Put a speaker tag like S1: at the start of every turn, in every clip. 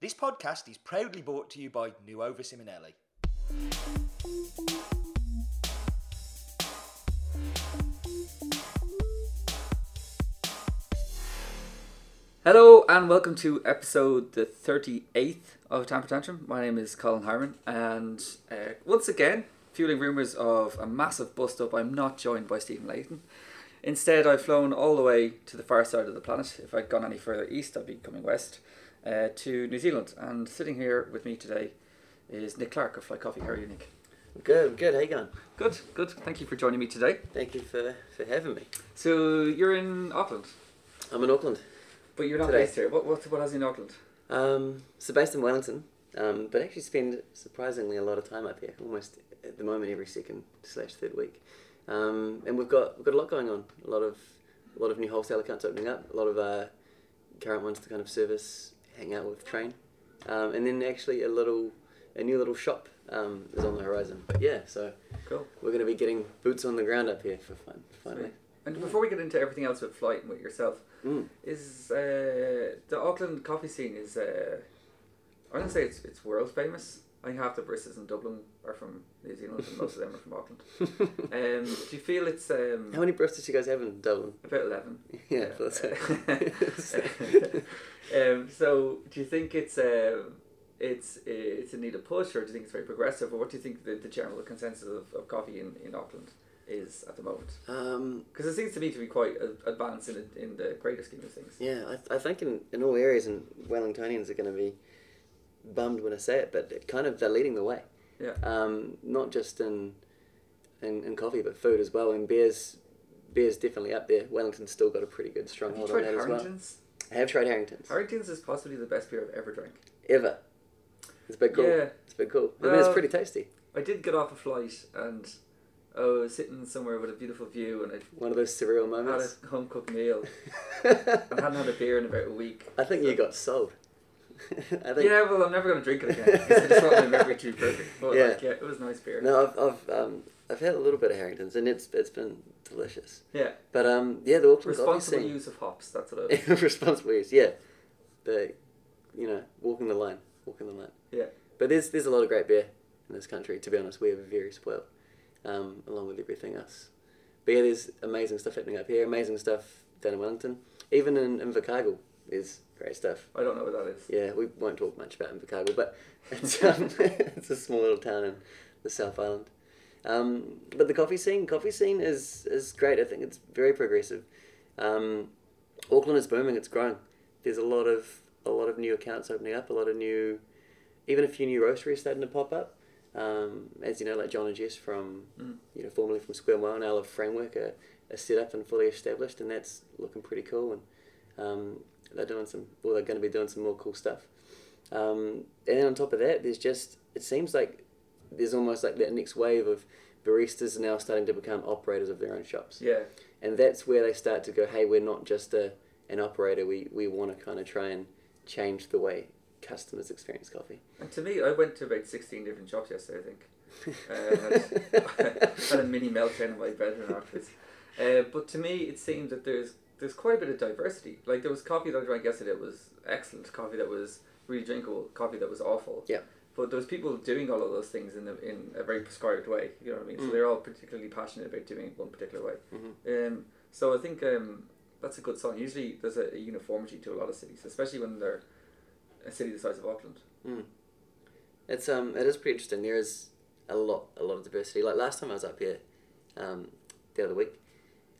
S1: This podcast is proudly brought to you by Nuova Simonelli.
S2: Hello and welcome to episode the 38th of Tamper Tantrum. My name is Colin Harmon and uh, once again, fueling rumours of a massive bust up, I'm not joined by Stephen Layton. Instead, I've flown all the way to the far side of the planet. If I'd gone any further east, I'd be coming west uh, to New Zealand. And sitting here with me today is Nick Clark of Fly Coffee. How are you, Nick?
S3: Good, I'm good. How you going?
S2: Good, good. Thank you for joining me today.
S3: Thank you for, for having me.
S2: So, you're in Auckland,
S3: I'm in Auckland.
S2: but you're not
S3: Today.
S2: based here. What, what, what has you in Auckland?
S3: Um, so based in Wellington, um, but actually spend surprisingly a lot of time up here. Almost at the moment every second slash third week. Um, and we've got we've got a lot going on. A lot of a lot of new wholesale accounts opening up. A lot of uh, current ones to kind of service, hang out with, train, um, and then actually a little a new little shop um, is on the horizon. But yeah, so
S2: Cool.
S3: we're going to be getting boots on the ground up here for fun finally.
S2: And before we get into everything else with flight and with yourself,
S3: Mm.
S2: is uh, the Auckland coffee scene is uh, I wouldn't say it's it's world famous. I think half the baristas in Dublin are from New Zealand, and most of them are from Auckland. Um, do you feel it's um,
S3: How many breaths did you guys have in Dublin?
S2: about eleven?
S3: Yeah, that's it.
S2: um, so do you think it's um, it's it's in need of push, or do you think it's very progressive, or what do you think the, the general consensus of, of coffee in, in Auckland is at the moment?
S3: um,
S2: Because it seems to me to be quite a- advanced in, in the greater scheme of things.
S3: yeah, I, th- I think in, in all areas, and Wellingtonians are going to be bummed when I say it, but it kind of they're leading the way.
S2: Yeah.
S3: Um, not just in, in in coffee, but food as well. And beers, beer's definitely up there. Wellington's still got a pretty good
S2: Have you
S3: stronghold on
S2: tried
S3: that as well.
S2: Harrington's?
S3: I have tried Harrington's
S2: Harrington's is possibly the best beer I've ever drank.
S3: ever. It's been cool.
S2: Yeah.
S3: It's been cool. I mean, it's
S2: Well-
S3: pretty tasty.
S2: I did get off a flight and I was sitting somewhere with a beautiful view and I
S3: One of those surreal
S2: had
S3: moments.
S2: a home cooked meal and hadn't had a beer in about a week.
S3: I think you got sold. I think
S2: Yeah, well, I'm never going to drink it again. 'cause I just want my memory to be perfect. But
S3: Yeah.
S2: like, yeah, it was nice beer.
S3: No, I've I've, um, I've had a little bit of Harringtons and it's it's been delicious.
S2: Yeah,
S3: But um, yeah, the Auckland
S2: responsible
S3: coffee
S2: use of hops. That's what I was.
S3: scene. responsible use, yeah. The, you know, walking the line, walking the line.
S2: Yeah.
S3: But there's there's a lot of great beer in this country. To be honest, we are very spoiled, um, along with everything else. But yeah, there's amazing stuff happening up here. Amazing stuff down in Wellington. Even in Invercargill, there's great stuff.
S2: I don't know what that is.
S3: Yeah, we won't talk much about Invercargill, but it's, um, it's a small little town in the South Island. Um, but the coffee scene, coffee scene is is great. I think it's very progressive. Um, Auckland is booming. It's growing. There's a lot of a lot of new accounts opening up. A lot of new, even a few new roasteries starting to pop up. Um, as you know, like John and Jess from
S2: Mm.
S3: you know formerly from Square Mile now of Framework are, are set up and fully established, and that's looking pretty cool. And um, they're doing some, well, they're going to be doing some more cool stuff. Um, and then on top of that, there's just it seems like there's almost like that next wave of baristas are now starting to become operators of their own shops,
S2: Yeah,
S3: and that's where they start to go, hey, we're not just a an operator. We we want to kind of try and change the way customers experience coffee.
S2: and to me, I went to about 16 different shops yesterday. I think. Uh, had a mini meltdown in my bedroom afterwards. Uh, but to me, it seemed that there's there's quite a bit of diversity. Like there was coffee that I drank yesterday that was excellent, coffee that was really drinkable, coffee that was awful.
S3: Yeah.
S2: But there was people doing all of those things in a, in a very prescribed way. You know what I mean? So
S3: Mm.
S2: they're all particularly passionate about doing it one particular way.
S3: Mhm.
S2: Um, so I think um, that's a good sign. Usually there's a, a uniformity to a lot of cities, especially when they're a city the size of Auckland.
S3: Mm. It's um, it is pretty interesting. There is a lot, a lot of diversity. Like last time I was up here, um, the other week,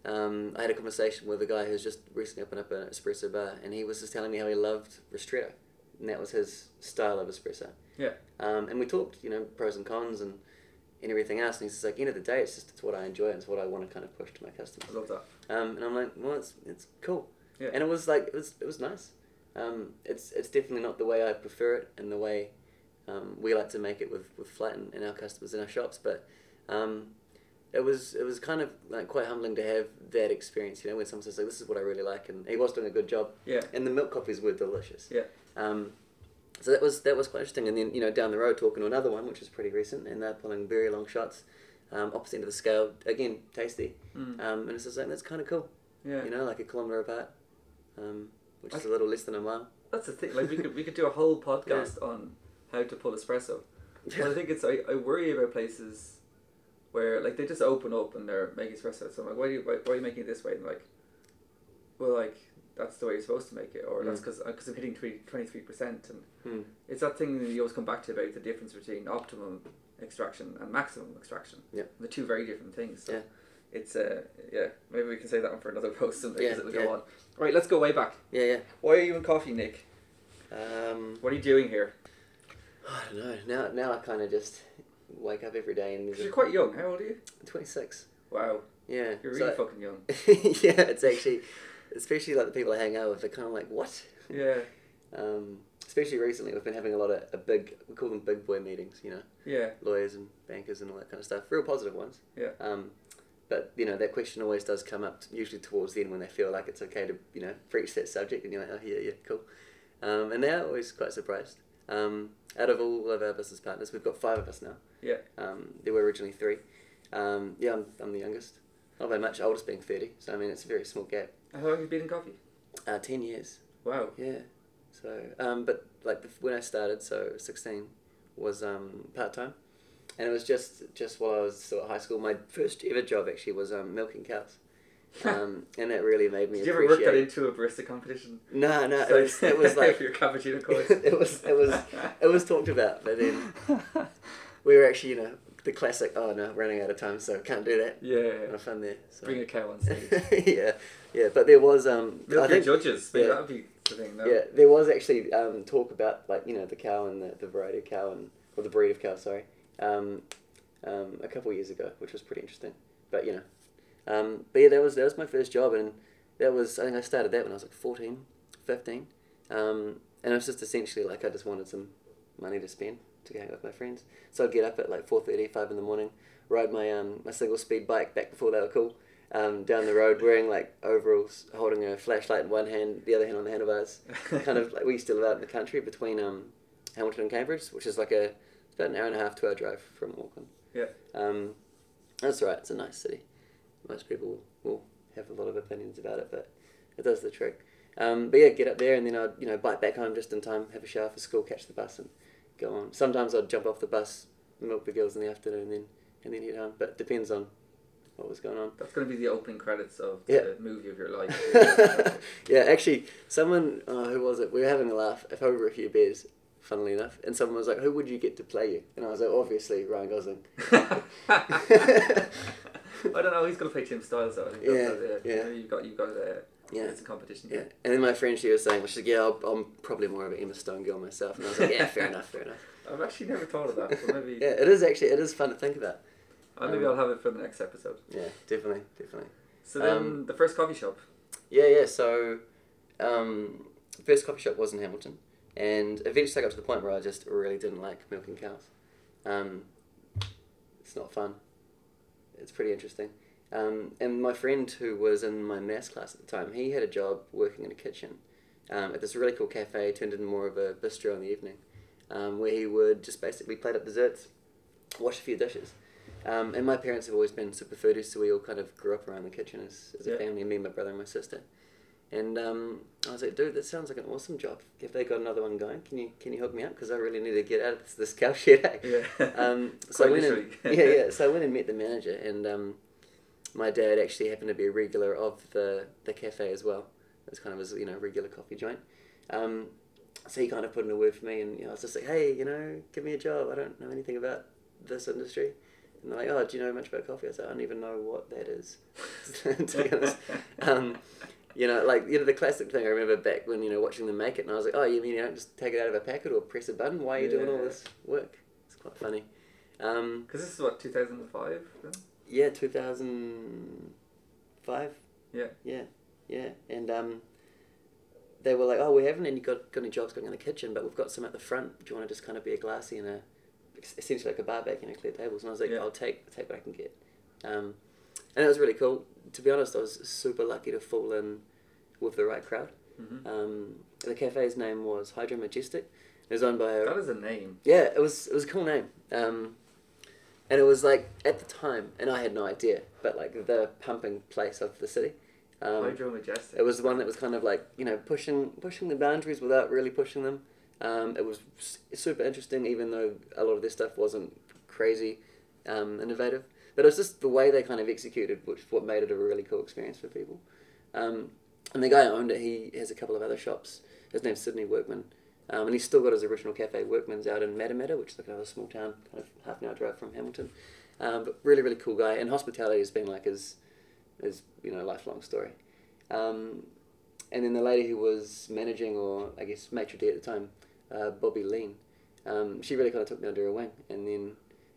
S3: um, I had a conversation with a guy who's just recently opened up an espresso bar, and he was just telling me how he loved ristretto, and that was his style of espresso.
S2: Yeah.
S3: Um, and we talked, you know, pros and cons and and everything else, and he's just like, end of the day, it's just it's what I enjoy, and it's what I want to kind of push to my customers.
S2: I love that.
S3: Um, and I'm like, well, it's it's cool.
S2: Yeah.
S3: And it was like it was it was nice. Um, it's it's definitely not the way I prefer it and the way um, we like to make it with with flat and, and our customers in our shops, but um, it was it was kind of like quite humbling to have that experience. You know, when someone says like, this is what I really like, and he was doing a good job,
S2: Yeah.
S3: and the milk coffees were delicious.
S2: Yeah.
S3: Um, so that was that was quite interesting. And then you know down the road talking to another one, which was pretty recent, and they're pulling very long shots, um, opposite end of the scale. Again, tasty.
S2: Mm.
S3: Um, and it's just like that's kind of cool.
S2: Yeah.
S3: You know, like a kilometre apart, um, which
S2: I-
S3: is a little less than a mile.
S2: that's the thing. Like we could we could do a whole podcast on how to pull espresso. But I think it's I, I worry about places where like they just open up and they're making espresso. So I'm like, why, do you, why, why are you making it this way? And like, well, like that's the way you're supposed to make it, or that's because because I'm hitting 23 percent, and
S3: Mm.
S2: it's that thing that you always come back to about the difference between optimum extraction and maximum extraction.
S3: Yeah.
S2: the two very different things. So
S3: Yeah.
S2: It's uh yeah maybe we can say that one for another post someday
S3: Yeah,
S2: because it'll
S3: yeah.
S2: go on. Right, let's go way back.
S3: Yeah,
S2: Why are you in coffee, Nick?
S3: yeah. Um,
S2: What are you doing here?
S3: I don't know. Now, now I kind of just wake up every day and
S2: 'Cause you're quite young. How old are you?
S3: 26.
S2: Wow,
S3: Yeah.
S2: you're really
S3: so-
S2: fucking young.
S3: yeah, it's actually, especially like the people I hang out with, they're kind of like, what?
S2: Yeah,
S3: Um, especially recently, we've been having a lot of a big, we call them big boy meetings, you know,
S2: yeah,
S3: lawyers and bankers and all that kind of stuff, real positive ones.
S2: Yeah.
S3: Um, but, you know, that question always does come up, usually towards the end when they feel like it's okay to, you know, breach that subject, and you're like, oh, yeah, yeah, cool. Um, and they're always quite surprised. Um, out of all of our business partners, we've got five of us now.
S2: yeah.
S3: Um, there were originally three. Um, yeah, I'm, I'm the youngest. Not by much, oldest being 30. So, I mean, it's a very small gap.
S2: How long have you been in coffee?
S3: Uh, 10 years.
S2: Wow.
S3: Yeah. So, um, but like bef- when I started, so 16 was um, part time. And it was just, just while I was still at high school. My first ever job actually was um, milking cows. Um, and it really made me
S2: Did you ever work
S3: appreciate.
S2: that into a barista competition?
S3: No, no, it was, it was like
S2: your cappuccino course.
S3: it was it was it was talked about, but then we were actually you know the classic. Oh no, running out of time, so can't do that.
S2: yeah,
S3: Kind of fun there. So.
S2: bring a cow on stage.
S3: yeah, yeah, but there was um. I
S2: Milk your
S3: think,
S2: judges. Yeah.
S3: yeah.
S2: That'd be the thing. No?
S3: yeah, there was actually um, talk about like you know the cow and the, the variety of cow and or the breed of cow, sorry, um, um, a couple of years ago, which was pretty interesting. But you know, um, but yeah, that was that was my first job, and that was I think I started that when I was like 14, 15, um, and it was just essentially like I just wanted some money to spend to go hang out with my friends, so I'd get up at like 4.30, 5 in the morning, ride my um, my single speed bike back before they were cool. Um, down the road, wearing like overalls, holding a flashlight in one hand, the other hand on the handlebars, kind of like we used to live out in the country between um, Hamilton and Cambridge, which is like a it's about an hour and a half, two hour drive from Auckland.
S2: Yeah.
S3: Um, that's all right. It's a nice city. Most people will have a lot of opinions about it, but it does the trick. Um, but yeah, get up there and then I'd you know bike back home just in time, have a shower for school, catch the bus, and go on. Sometimes I'd jump off the bus, milk the girls in the afternoon, then and then head home. But depends on what was going on.
S2: That's going to be the opening credits of
S3: Yeah.
S2: the movie of your life.
S3: yeah, actually, someone uh, who was it? We were having a laugh if over a few beers, funnily enough, and someone was like, "Who would you get to play you?" And I was like, "Obviously, Ryan Gosling."
S2: I don't know. He's going to play Tim Styles though. I think that's
S3: Yeah,
S2: what, uh,
S3: yeah.
S2: maybe You've got you've got uh,
S3: Yeah.
S2: It's a competition.
S3: Yeah, and then my friend she was saying, well, she's like, "Yeah, I'll, I'm probably more of an Emma Stone girl myself," and I was like, "Yeah, fair enough, fair enough."
S2: I've actually never thought of that. So maybe
S3: yeah, it is actually it is fun to think about.
S2: uh, maybe
S3: um,
S2: I'll have it for the next episode.
S3: Yeah, definitely, definitely.
S2: So then
S3: um,
S2: the first coffee shop.
S3: Yeah, yeah. So, um, the first coffee shop was in Hamilton, and eventually I got to the point where I just really didn't like milking cows. Um, it's not fun. It's pretty interesting. Um, and my friend who was in my maths class at the time, he had a job working in a kitchen um, at this really cool cafe, turned into more of a bistro in the evening, um, where he would just basically plate up desserts, wash a few dishes. Um, and my parents have always been super foodies, so we all kind of grew up around the kitchen as, as
S2: Yeah.
S3: a family, me, my brother, and my sister. And um, I was like, dude, that sounds like an awesome job. If they got another one going, can you can you hook me up? Because I really need to get out of this, this cow shed. eh?
S2: Yeah.
S3: Um, so I
S2: Quite
S3: went and,
S2: literally.
S3: yeah, yeah. So I went and met the manager, and um, my dad actually happened to be a regular of the, the cafe as well. It was kind of his you know regular coffee joint. Um, so he kind of put in a word for me, and you know, I was just like, hey, you know, give me a job. I don't know anything about this industry. And they're like, oh, do you know much about coffee? I was like, I don't even know what that is. to be honest. Um, you know, like you know the classic thing I remember back when you know watching them make it, and I was like, oh, you mean you don't just take it out of a packet or press a button? Why are you doing all
S2: Yeah.
S3: this work? It's quite funny. Um,
S2: Because this is what 2005. Then?
S3: yeah, two thousand five.
S2: Yeah.
S3: Yeah, yeah, and um, they were like, oh, we haven't any got, got any jobs going in the kitchen, but we've got some at the front. Do you want to just kind of be a glassy and a essentially like a bar back and a clear tables? And I was like,
S2: Yeah.
S3: I'll take take what I can get. Um, and it was really cool. To be honest, I was super lucky to fall in with the right crowd.
S2: Mhm.
S3: Um, the cafe's name was Hydro Majestic. It was owned by a
S2: That is a name.
S3: yeah, it was it was a cool name. Um, and it was like at the time, and I had no idea, but like the pumping place of the city. Um,
S2: Hydro Majestic.
S3: it was the one that was kind of like you know pushing pushing the boundaries without really pushing them. Um, it was s- super interesting, even though a lot of this stuff wasn't crazy um, innovative. But it was just the way they kind of executed, which what made it a really cool experience for people. Um, and the guy who owned it, he has a couple of other shops. His name's Sydney Workman, um, and he's still got his original cafe Workman's out in Matamata, which is like another small town, kind of half an hour drive from Hamilton. Um, but really, really cool guy, and hospitality has been like his is you know lifelong story. Um, and then the lady who was managing, or I guess maitre d' at the time, uh, Bobby Lean, um, she really kind of took me under her wing. And then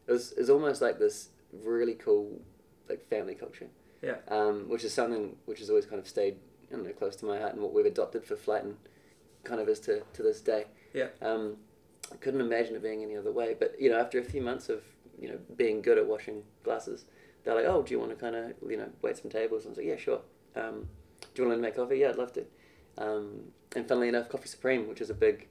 S3: it was, it was almost like this really cool like family culture,
S2: yeah.
S3: um, which is something which has always kind of stayed I don't know, close to my heart and what we've adopted for Flighton kind of is to, to this day.
S2: Yeah.
S3: Um, I couldn't imagine it being any other way. But, you know, after a few months of, you know, being good at washing glasses, they're like, oh, do you want to kind of, you know, wait some tables? And I was like, yeah, sure. Um, do you want to make coffee? Yeah, I'd love to. Um, and funnily enough, Coffee Supreme, which is a big,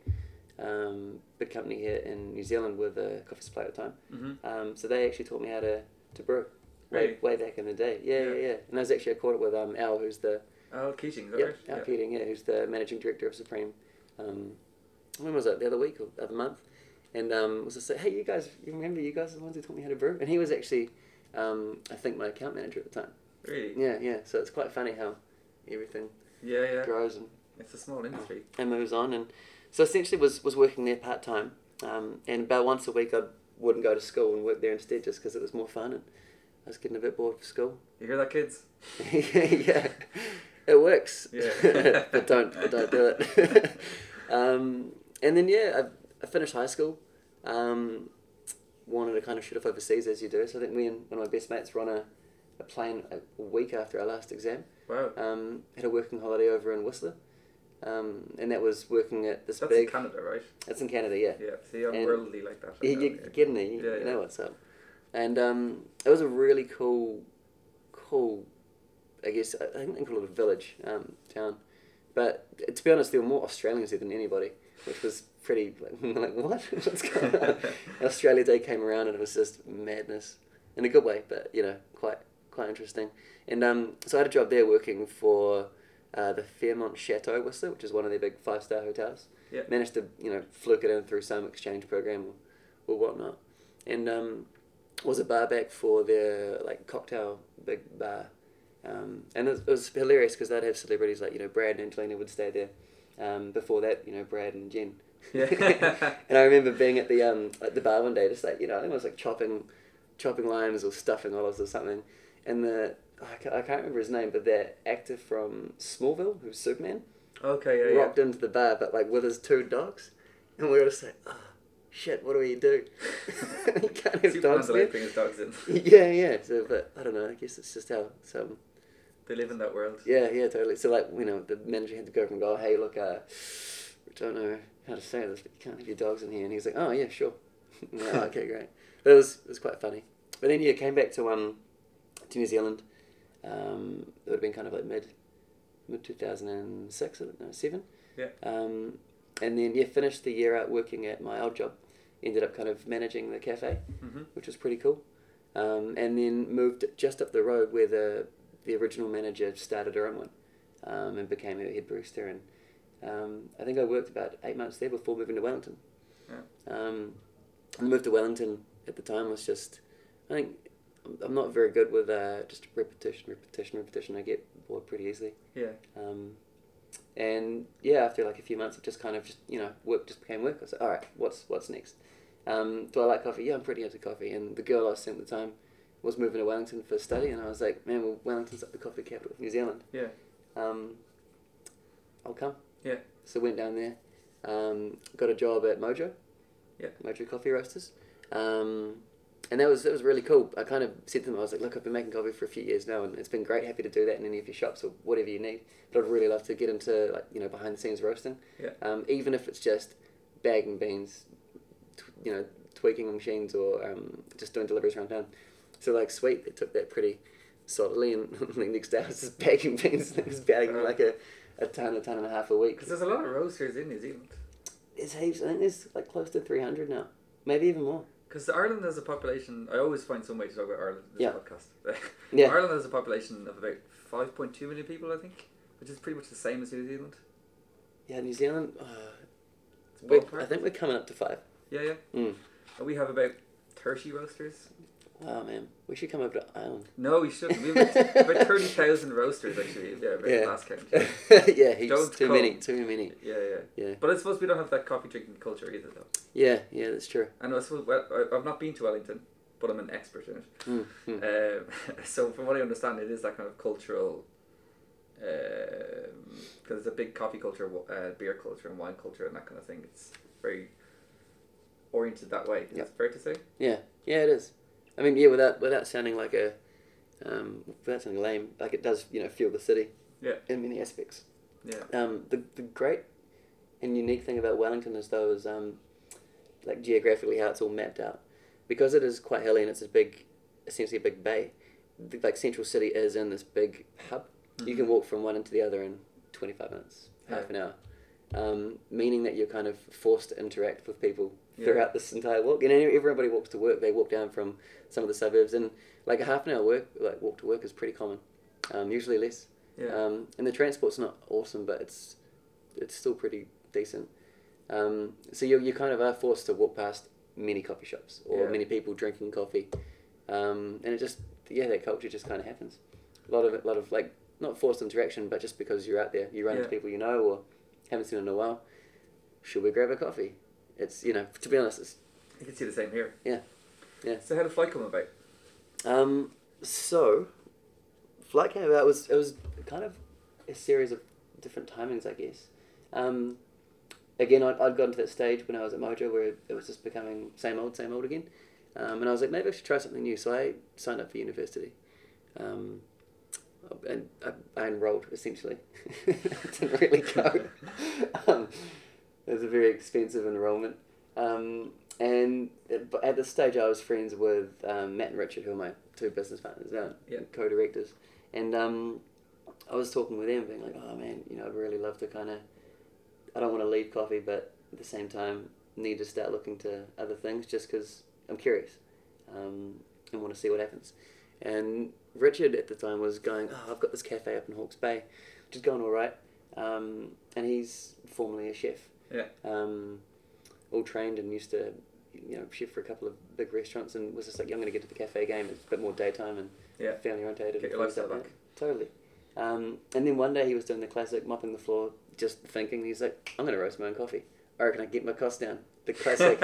S3: um, big company here in New Zealand with a coffee supply at the time.
S2: Mm-hmm.
S3: Um, so they actually taught me how to, to brew.
S2: Really?
S3: Way, way back in the day, yeah, yeah,
S2: Yeah.
S3: yeah. And I was actually I caught it with um Al, who's the
S2: Oh, Keating, is that
S3: yeah,
S2: right?
S3: Al Keating, yeah, who's the managing director of Supreme. Um, when was that? The other week or the other month? And um, was just like, hey, you guys, you remember you guys are the ones who taught me how to brew? And he was actually, um, I think, my account manager at the time.
S2: Really?
S3: Yeah, yeah. So it's quite funny how everything
S2: Yeah, yeah.
S3: grows and,
S2: It's a small industry.
S3: and moves on. And so essentially, was was working there part time, um, and about once a week I wouldn't go to school and work there instead, just because it was more fun and I was getting a bit bored of school.
S2: You hear that, kids?
S3: yeah, it works.
S2: Yeah.
S3: but don't but don't do it. um, and then yeah, I, I finished high school. Um, wanted to kind of shoot off overseas as you do. So I think me and one of my best mates were on a, a plane a week after our last exam.
S2: Wow.
S3: Um, had a working holiday over in Whistler, um, and that was working at this
S2: That's
S3: big.
S2: in Canada, right?
S3: That's in Canada, yeah.
S2: Yeah. See, I'm
S3: And-
S2: worldly like that.
S3: You,
S2: right
S3: you
S2: now, yeah.
S3: get in there, you,
S2: Yeah,
S3: you
S2: yeah.
S3: know what's up. And um, it was a really cool, cool, I guess, I I think they call it a village um, town. But uh, to be honest, there were more Australians there than anybody, which was pretty, like, like what? What's going on? Australia Day came around and it was just madness. In a good way, but, you know, quite quite interesting. And um, so I had a job there working for uh, the Fairmont Chateau Whistler, which is one of their big five-star hotels
S2: Yeah.
S3: managed to you know fluke it in through some exchange program or, or whatnot, and um, was a bar back for their like cocktail big bar, um, and it was, it was hilarious because they'd have celebrities like you know Brad and Angelina would stay there. Um, before that, you know Brad and Jen.
S2: Yeah.
S3: and I remember being at the um, at the bar one day, just like you know I think I was like chopping, chopping limes or stuffing olives or something, and the I ca- I can't remember his name, but that actor from Smallville, who's Superman,
S2: Okay. Yeah. yeah.
S3: rocked into the bar, but like with his two dogs, and we were just like, oh, shit, what do we do? you can't have
S2: Superman's
S3: dogs
S2: allowed to
S3: there.
S2: bring his dogs in.
S3: Yeah, yeah. So, but I don't know. I guess it's just how some.
S2: They live in that world.
S3: Yeah, yeah, totally. So, like, you know, the manager had to go up and go, "Hey, look, uh, I don't know how to say this, but you can't have your dogs in here." And he's like, "Oh, yeah, sure." I'm like, "Oh, okay, great. But it was it was quite funny. But then yeah, came back to um to New Zealand. Um, it would have been kind of like mid mid two thousand and six, no seven.
S2: Yeah.
S3: Um, and then yeah, finished the year out working at my old job. Ended up kind of managing the cafe,
S2: Mm-hmm.
S3: which was pretty cool. Um, and then moved just up the road where the the original manager started her own one, um, and became her head barista. And um, I think I worked about eight months there before moving to Wellington.
S2: Yeah.
S3: Um, I moved to Wellington at the time was just, I think I'm- I'm not very good with uh, just repetition, repetition, repetition. I get bored pretty easily.
S2: Yeah.
S3: Um, and yeah, after like a few months of just kind of just you know work just became work. I was like, all right, what's what's next? Um, do I like coffee? Yeah, I'm pretty into coffee. And the girl I was seeing at the time was moving to Wellington for study, and I was like, man, well, Wellington's like the coffee capital of New Zealand.
S2: Yeah.
S3: Um, I'll come.
S2: Yeah.
S3: So went down there, um, got a job at Mojo.
S2: Yeah.
S3: Mojo Coffee Roasters. Um, and that was that was really cool. I kind of said to them, I was like, look, I've been making coffee for a few years now, and it's been great. Happy to do that in any of your shops or whatever you need. But I'd really love to get into like you know behind the scenes roasting.
S2: Yeah.
S3: Um, even if it's just bagging beans, t- you know, tweaking machines or um, just doing deliveries around town. So like, sweet, they took that pretty solidly, and the next day I was just bagging beans, and I was
S2: Uh-huh.
S3: bagging like a, a ton, a ton and a half a week.
S2: Because there's a lot of roasters in New Zealand.
S3: It's heaps. I think there's like close to three hundred now, maybe even more.
S2: Because Ireland has a population, I always find some way to talk about Ireland in this
S3: Yeah.
S2: podcast.
S3: Yeah.
S2: Ireland has a population of about 5.2 million people, I think, which is pretty much the same as New Zealand.
S3: Yeah, New Zealand. Uh,
S2: It's
S3: we
S2: ballpark.
S3: I think we're coming up to five.
S2: Yeah, yeah.
S3: Mm.
S2: And we have about 30 roasters.
S3: Wow, Oh, man, we should come over to Ireland.
S2: No, we shouldn't. We have about, about 30,000 roasters, actually. Yeah, about the last count. Yeah,
S3: yeah, heaps.
S2: Don't
S3: too
S2: come.
S3: many. Too many.
S2: yeah.
S3: Yeah.
S2: But I suppose we don't have that coffee drinking culture either, though.
S3: Yeah, yeah, that's true.
S2: And I suppose, well, I- I've not been to Wellington, but I'm an expert in it.
S3: Mm, mm.
S2: Um, so from what I understand, it is that kind of cultural, because there's a big coffee culture, wa- uh, beer culture, and wine culture, and that kind of thing. It's very oriented that way. Is
S3: Yeah.
S2: that fair to say?
S3: Yeah, yeah, it is. I mean, yeah, without without sounding like a, um, without sounding lame, like it does, you know, fuel the city.
S2: Yeah.
S3: In many aspects.
S2: Yeah.
S3: Um, the the great and unique thing about Wellington is though is um, like geographically how it's all mapped out, because it is quite hilly and it's a big, essentially a big bay. The, like central city is in this big hub. You can walk from one end to the other in twenty five minutes, half an hour. Um, meaning that you're kind of forced to interact with people
S2: Yeah.
S3: throughout this entire walk. And any- everybody walks to work. They walk down from some of the suburbs, and like a half an hour work, like walk to work is pretty common. Um, usually less.
S2: Yeah.
S3: Um, and the transport's not awesome, but it's it's still pretty decent. Um, so you you kind of are forced to walk past many coffee shops or
S2: Yeah.
S3: many people drinking coffee, um, and it just yeah that culture just kind of happens. A lot of a lot of like not forced interaction, but just because you're out there, you run
S2: Yeah.
S3: into people you know or haven't seen in a while. Should we grab a coffee? It's you know to be honest, it's
S2: You can see the same here.
S3: Yeah. Yeah.
S2: So how did Flight come about?
S3: Um, so, flight came about it was it was kind of a series of different timings, I guess. Um, again, I'd, I'd gotten to that stage when I was at Mojo where it was just becoming same old, same old again, um, and I was like, maybe I should try something new. So I signed up for university, um, and I, I enrolled essentially. Didn't really go. um, it was a very expensive enrollment. Um, and at- but at this stage, I was friends with um, Matt and Richard, who are my two business partners now,
S2: Yeah.
S3: co-directors. And um, I was talking with them, being like, "Oh man, you know, I'd really love to kind of. I don't want to leave coffee, but at the same time, need to start looking to other things, just because I'm curious, um, and want to see what happens." And Richard at the time was going, "Oh, I've got this cafe up in Hawke's Bay, which is going all right," um, and he's formerly a chef
S2: Yeah.
S3: um, all trained and used to, you know, chef for a couple of big restaurants and was just like, yeah, I'm going to get to the cafe game. It's a bit more daytime and
S2: Yeah.
S3: family orientated.
S2: Get
S3: and
S2: your
S3: things
S2: lifestyle
S3: like
S2: back.
S3: that. Totally. Um, and then one day he was doing the classic mopping the floor, just thinking, he's like, I'm going to roast my own coffee. I reckon I can get my costs down. The classic.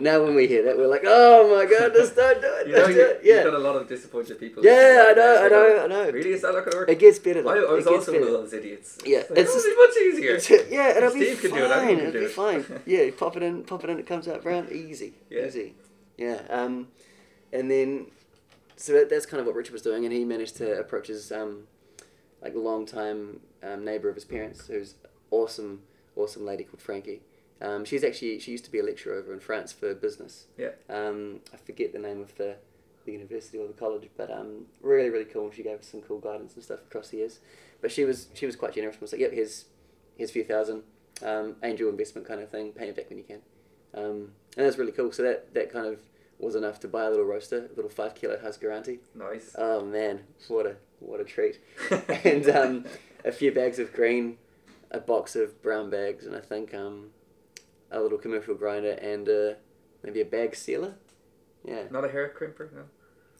S3: now when we hear that, we're like, oh my goodness, don't do it.
S2: You know,
S3: don't
S2: you,
S3: do it.
S2: have got a
S3: Yeah.
S2: lot of disappointed people.
S3: Yeah, I know,
S2: They're
S3: I know,
S2: going,
S3: I know.
S2: Really, is that not going to work?
S3: It gets better.
S2: I,
S3: Though.
S2: I was
S3: it gets
S2: also one of
S3: better.
S2: those idiots.
S3: Yeah,
S2: it's, like,
S3: it's
S2: "Oh,
S3: just-
S2: it's much easier.
S3: It's- yeah, it'll be
S2: Steve
S3: fine.
S2: can do it, anyone can
S3: will
S2: do
S3: be
S2: it.
S3: fine. Yeah, you pop it in, pop it in. It comes out brown, easy,
S2: Yeah.
S3: easy. Yeah. Um, and then, so that, that's kind of what Richard was doing, and he managed to approach his um, like longtime um, neighbor of his parents, who's awesome, awesome lady called Frankie. Um, she's actually she used to be a lecturer over in France for business.
S2: Yeah.
S3: Um, I forget the name of the, the university or the college, but um, really really cool. She gave us some cool guidance and stuff across the years. But she was she was quite generous and was like, "Yep, here's here's a few thousand, um, angel investment kind of thing. Pay it back when you can." Um, and that's really cool. So that that kind of was enough to buy a little roaster, a little five kilo Husqvarna.
S2: Nice.
S3: Oh man, what a what a treat! and um, a few bags of green, a box of brown bags, and I think um, a little commercial grinder and uh, maybe a bag sealer. Yeah,
S2: Not a hair crimper, no.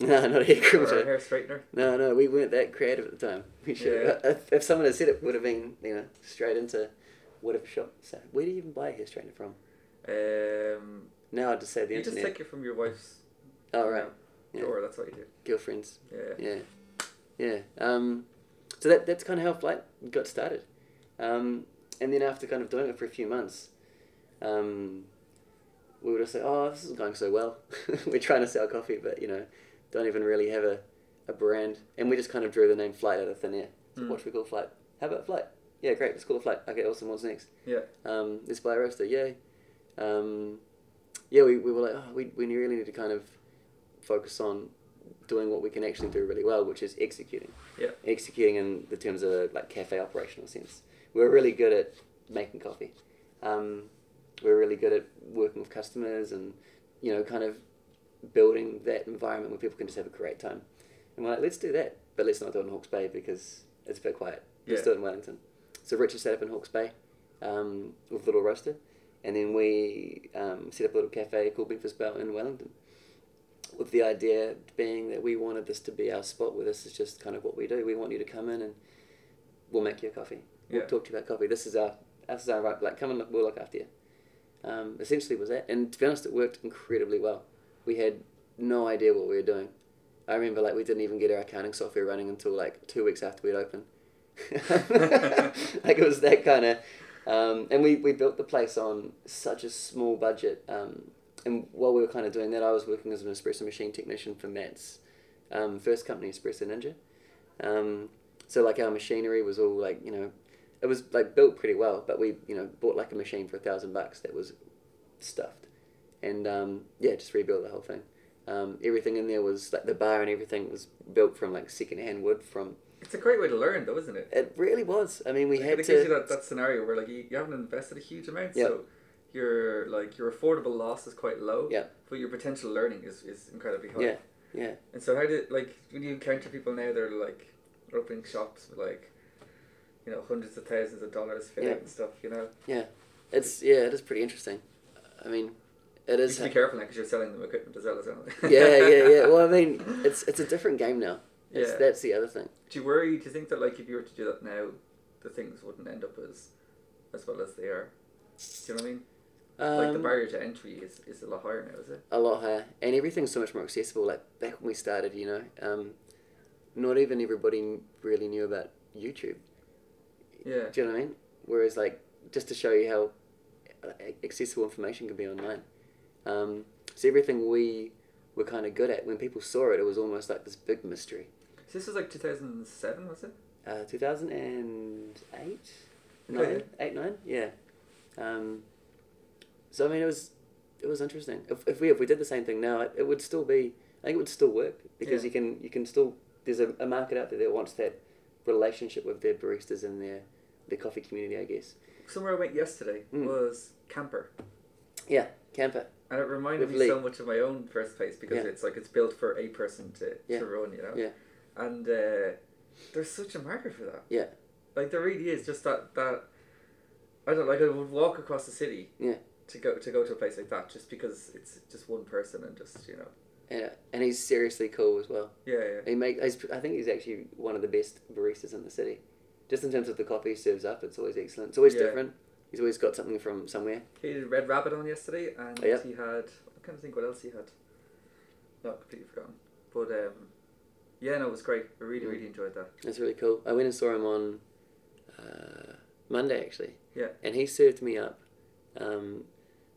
S3: no, not a hair
S2: Or a
S3: crimper.
S2: hair straightener.
S3: No, no, we weren't that creative at the time. We should.
S2: Yeah.
S3: If, if someone had said it, would have been you know straight into whatever shop. So where do you even buy a hair straightener from?
S2: Um,
S3: Now I'd just say the
S2: you just
S3: internet.
S2: take it from your wife's
S3: oh right, Yeah.
S2: door. That's what you do.
S3: girlfriends.
S2: Yeah.
S3: yeah, yeah. Um, so that that's kind of how flight got started, um, and then after kind of doing it for a few months, um, we were just like, oh, this is going so well. we're trying to sell coffee, but you know, don't even really have a, a brand, and we just kind of drew the name Flight out of thin air. So
S2: Mm.
S3: What should we call Flight? How about Flight? Yeah, great. Let's call it Flight. Okay, awesome. What's next?
S2: Yeah.
S3: Um, this by a roaster, yay. Um, yeah, we, we were like, oh, we, we really need to kind of focus on doing what we can actually do really well, which is executing.
S2: Yeah.
S3: Executing in the terms of a, like cafe operational sense. We're really good at making coffee. Um, we're really good at working with customers and you know, kind of building that environment where people can just have a great time. And we're like, let's do that, but let's not do it in Hawke's Bay because it's a bit quiet. Let's
S2: Yeah.
S3: do it in Wellington. So Richard set up in Hawke's Bay um, with a little roaster, and then we um, set up a little cafe called Breakfast Bell in Wellington. With the idea being that we wanted this to be our spot where this is just kind of what we do. We want you to come in and we'll make you a coffee. We'll
S2: Yeah.
S3: talk to you about coffee. This is our this is our right. Like come and look, we'll look after you. Um, essentially was that, and to be honest, it worked incredibly well. We had no idea what we were doing. I remember like we didn't even get our accounting software running until like two weeks after we'd opened. like it was that kind of, um, and we, we built the place on such a small budget. Um, and while we were kind of doing that, I was working as an espresso machine technician for Matt's um, first company, Espresso Ninja. Um, so like our machinery was all like you know, it was like built pretty well, but we you know bought like a machine for a thousand bucks that was stuffed, and um, yeah, just rebuilt the whole thing. Um, everything in there was like the bar and everything was built from like second hand wood from.
S2: It's a great way to learn, though, isn't it?
S3: It really was. I mean, we
S2: Like,
S3: had
S2: it
S3: to.
S2: gives you that, that scenario where like you, you haven't invested a huge amount,
S3: Yeah.
S2: so your like your affordable loss is quite low.
S3: Yeah.
S2: But your potential learning is, is incredibly high.
S3: yeah, yeah.
S2: And so how did like when you encounter people now they're like opening shops with like you know, hundreds of thousands of dollars fit
S3: Yeah.
S2: out and stuff, you know.
S3: It's yeah, it is pretty interesting. I mean, it
S2: You
S3: is.
S2: should be careful now because you're selling them equipment as well as
S3: yeah, yeah, yeah. Well, I mean, it's it's a different game now. It's,
S2: Yeah.
S3: That's the other thing.
S2: Do you worry? Do you think that like if you were to do that now, the things wouldn't end up as as well as they are? Do you know what I mean?
S3: Um,
S2: like the barrier to entry is, is a lot higher now, is it?
S3: a lot higher, and everything's so much more accessible. Like back when we started, you know, um, not even everybody kn- really knew about YouTube.
S2: Yeah.
S3: Do you know what I mean? Whereas, like, just to show you how uh, accessible information can be online. Um, so everything we were kind of good at, when people saw it, it was almost like this big mystery.
S2: So this was like two thousand and seven, was it?
S3: Uh, 2008? Nine?
S2: Okay.
S3: Eight, nine? Yeah. Um, so, I mean, it was it was interesting. If, if we if we did the same thing now, it, it would still be, I think it would still work because
S2: Yeah.
S3: you can you can still, there's a, a market out there that wants that relationship with their baristas and their, their coffee community, I guess.
S2: Somewhere I went yesterday
S3: Mm.
S2: was camper,
S3: Yeah, camper.
S2: and it reminded me
S3: Lovely.
S2: so much of my own first place because
S3: Yeah.
S2: it's like it's built for a person to,
S3: Yeah.
S2: to run, you know.
S3: Yeah.
S2: And uh, there's such a market for that.
S3: Yeah.
S2: Like there really is just that that I don't know, like I would walk across the city.
S3: Yeah.
S2: To go to go to a place like that just because it's just one person and just you know
S3: And, and he's seriously cool as well.
S2: yeah yeah.
S3: He make, he's, I think he's actually one of the best baristas in the city. Just in terms of the coffee he serves up, it's always excellent. It's always
S2: Yeah.
S3: different. He's always got something from somewhere.
S2: He did Red Rabbit on yesterday, and
S3: Oh, yeah.
S2: he had. I can't think what else he had. Not completely forgotten, but um, yeah, no, it was great. I really,
S3: Mm.
S2: really enjoyed that.
S3: That's really cool. I went and saw him on uh, Monday actually.
S2: Yeah.
S3: And he served me up um,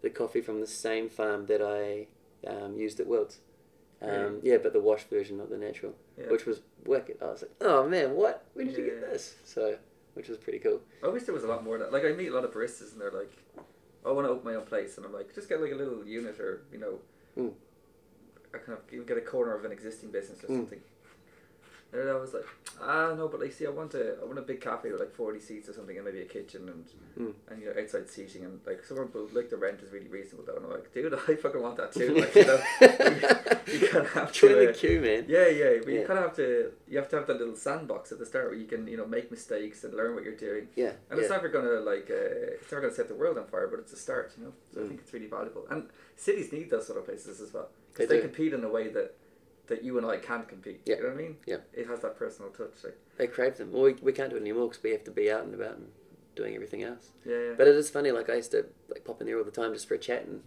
S3: the coffee from the same farm that I um, used at Wilts. Um,
S2: Really?
S3: Yeah, but the wash version, not the natural,
S2: Yeah.
S3: which was wicked. I was like, oh man, what? Where did you get
S2: Yeah.
S3: this? So, which was pretty cool.
S2: I wish there was a lot more of that. Like I meet a lot of baristas, and they're like, "I want to open my own place," and I'm like, "Just get like a little unit, or you know,
S3: Mm.
S2: I kind of even get a corner of an existing business or
S3: Mm.
S2: something." And I was like, "Ah, no, but like, see, I want a, I want a big cafe with like forty seats or something, and maybe a kitchen and
S3: Mm.
S2: and you know outside seating and like somewhere but like the rent is really reasonable though and I'm like dude I fucking want that too like you know you, you kind of have
S3: Join
S2: to
S3: the
S2: uh,
S3: queue, man.
S2: yeah yeah but you
S3: Yeah.
S2: kind of have to you have to have that little sandbox at the start where you can you know make mistakes and learn what you're doing
S3: Yeah,
S2: and
S3: yeah.
S2: it's never gonna like uh, it's never gonna set the world on fire but it's a start you know so I
S3: Mm.
S2: think it's really valuable and cities need those sort of places as well
S3: They
S2: because they,
S3: do.
S2: compete in a way that that you and I can't compete
S3: Yeah.
S2: you know what I mean
S3: Yeah.
S2: it has that personal touch like
S3: They crave them. Well, we, we can't do it anymore because we have to be out and about and doing everything else.
S2: yeah, yeah.
S3: But it is funny. Like I used to like pop in there all the time just for a chat and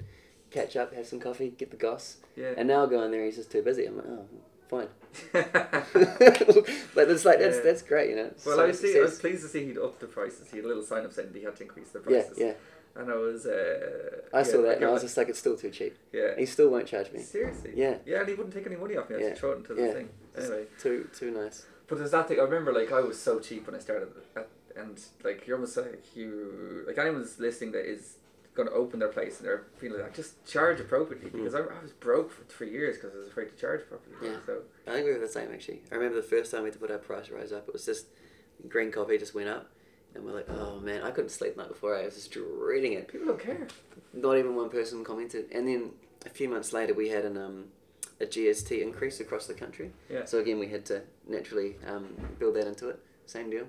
S3: catch up, have some coffee, get the goss.
S2: Yeah.
S3: And now I go in there, he's just too busy. I'm like, oh, fine.
S2: well,
S3: but it's like that's
S2: Yeah.
S3: that's great, you know. It's so
S2: I was, see, I was
S3: success.
S2: pleased to see he'd upped the prices. He had a little sign up saying that he had to increase the
S3: Yeah,
S2: prices.
S3: yeah.
S2: And I was. Uh,
S3: I saw
S2: yeah,
S3: that and I
S2: got like-
S3: was just like, it's still too cheap.
S2: Yeah.
S3: He still won't charge me.
S2: Seriously.
S3: Yeah.
S2: Yeah, and he wouldn't take any money off me. I
S3: Yeah.
S2: just throw it into the
S3: Yeah.
S2: thing.
S3: It's
S2: Anyway,
S3: Too too nice.
S2: but there's that thing. I remember, like, I was so cheap when I started, at, and like, you're almost like you, like, anyone's listening that is going to open their place and they're feeling like just charge
S3: Mm.
S2: appropriately because I, I was broke for three years because I was afraid to charge properly.
S3: Yeah.
S2: So
S3: I think we were the same actually. I remember the first time we had to put our price rise up, it was just green coffee just went up. And we're like, oh man, I couldn't sleep the night before. I was just dreading it.
S2: people don't care.
S3: Not even one person commented. And then a few months later, we had an um, a GST increase across the country.
S2: Yeah.
S3: So again, we had to naturally um, build that into it. Same deal.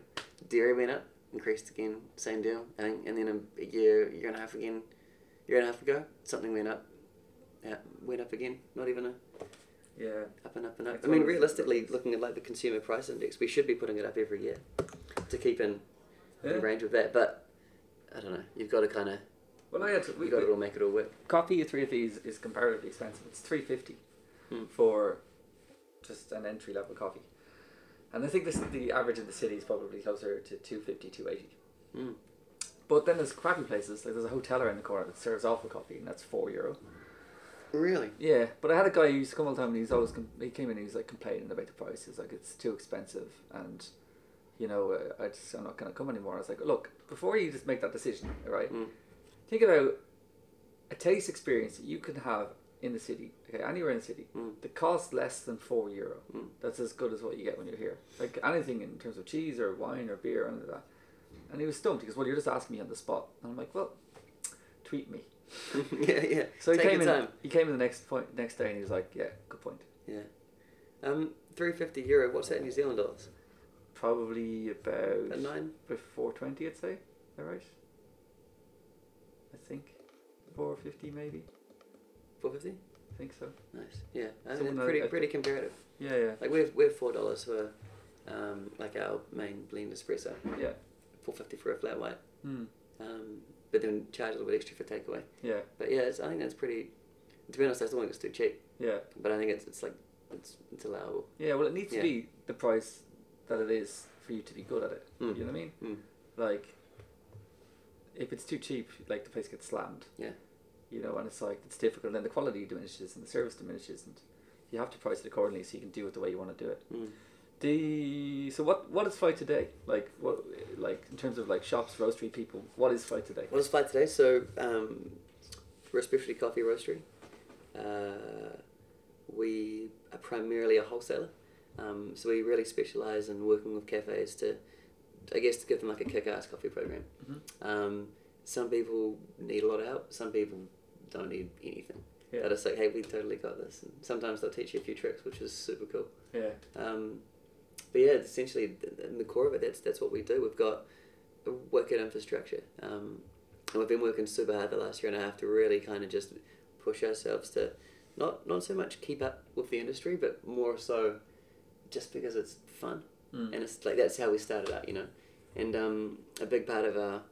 S3: Dairy went up, increased again. Same deal. I think, and then a year, year and a half again, year and a half ago, something went up. Yeah, went up again. Not even a
S2: Yeah.
S3: up and up and up.
S2: It's
S3: I mean,
S2: always-
S3: realistically, looking at like the consumer price index, we should be putting it up every year to keep in,
S2: Yeah.
S3: in range with that. But I don't know. You've got to kind of
S2: Well, I had to,
S3: we
S2: we,
S3: got to all make it all work.
S2: copy of three of these is comparatively expensive. It's three fifty for just an entry level coffee, and I think this the average in the city is probably closer to 250, 280.
S3: Mm.
S2: But then there's crappy places like there's a hotel around the corner that serves awful coffee, and that's four euro.
S3: Really?
S2: Yeah, but I had a guy who used to come all the time, and he was always com- he came in, and he was like complaining about the prices, like it's too expensive, and you know, uh, I just I'm not gonna come anymore. I was like, look, before you just make that decision, right?
S3: Mm.
S2: Think about a taste experience that you can have in the city, okay, anywhere in the city,
S3: Mm.
S2: that costs less than four euro.
S3: Mm.
S2: That's as good as what you get when you're here. Like anything in terms of cheese or wine or beer or anything like that. And he was stumped. He goes, well, you're just asking me on the spot, and I'm like, well, tweet me.
S3: yeah, yeah.
S2: So he
S3: Take
S2: came in.
S3: your time.
S2: He came in the next point, next day, and he was like, "Yeah, good point.
S3: Yeah. Um, three fifty euro. What's that in New Zealand dollars?
S2: Probably
S3: A
S2: about
S3: nine.
S2: before twenty, I'd say. Is that right? I think four fifty, maybe.
S3: Four fifty.
S2: I think so.
S3: Nice. Yeah.
S2: So
S3: And
S2: when
S3: it's
S2: I-
S3: pretty
S2: I-
S3: pretty comparative.
S2: Yeah, yeah,
S3: Like we're we're four dollars for, um, like our main blend espresso.
S2: yeah.
S3: Four fifty for a flat white.
S2: Hmm.
S3: Um, but then charge a little bit extra for takeaway.
S2: Yeah,
S3: But yeah, it's, I think that's pretty. To be honest, that's the one that's too cheap.
S2: yeah,
S3: But I think it's it's like it's it's allowable.
S2: yeah. Well, it needs to
S3: Yeah.
S2: be the price that it is for you to be good at it.
S3: Mm.
S2: You know what I mean?
S3: Mm.
S2: Like, if it's too cheap, like the place gets slammed.
S3: Yeah.
S2: you know, and it's like it's difficult. And then the quality diminishes and the service diminishes, and you have to price it accordingly so you can do it the way you want to do it.
S3: Mm.
S2: The so what what is fight today like? What like in terms of like shops, roastery people? What is fight today?
S3: What is flight today? So um, we're a specialty coffee roastery. Uh, we are primarily a wholesaler. Um, so we really specialise in working with cafes to, I guess, to give them like a kick-ass coffee program.
S2: Mhm.
S3: Um, some people need a lot of help. Some people don't need anything.
S2: Yeah.
S3: They're just like, hey, we totally got this. And sometimes they'll teach you a few tricks, which is super cool.
S2: Yeah,
S3: Um, but yeah, it's essentially th- in the core of it, that's that's what we do. We've got a wicked infrastructure, um, and we've been working super hard the last year and a half to really kind of just push ourselves to not not so much keep up with the industry, but more so just because it's fun,
S2: Mm.
S3: and it's like that's how we started out, you know. And um, a big part of our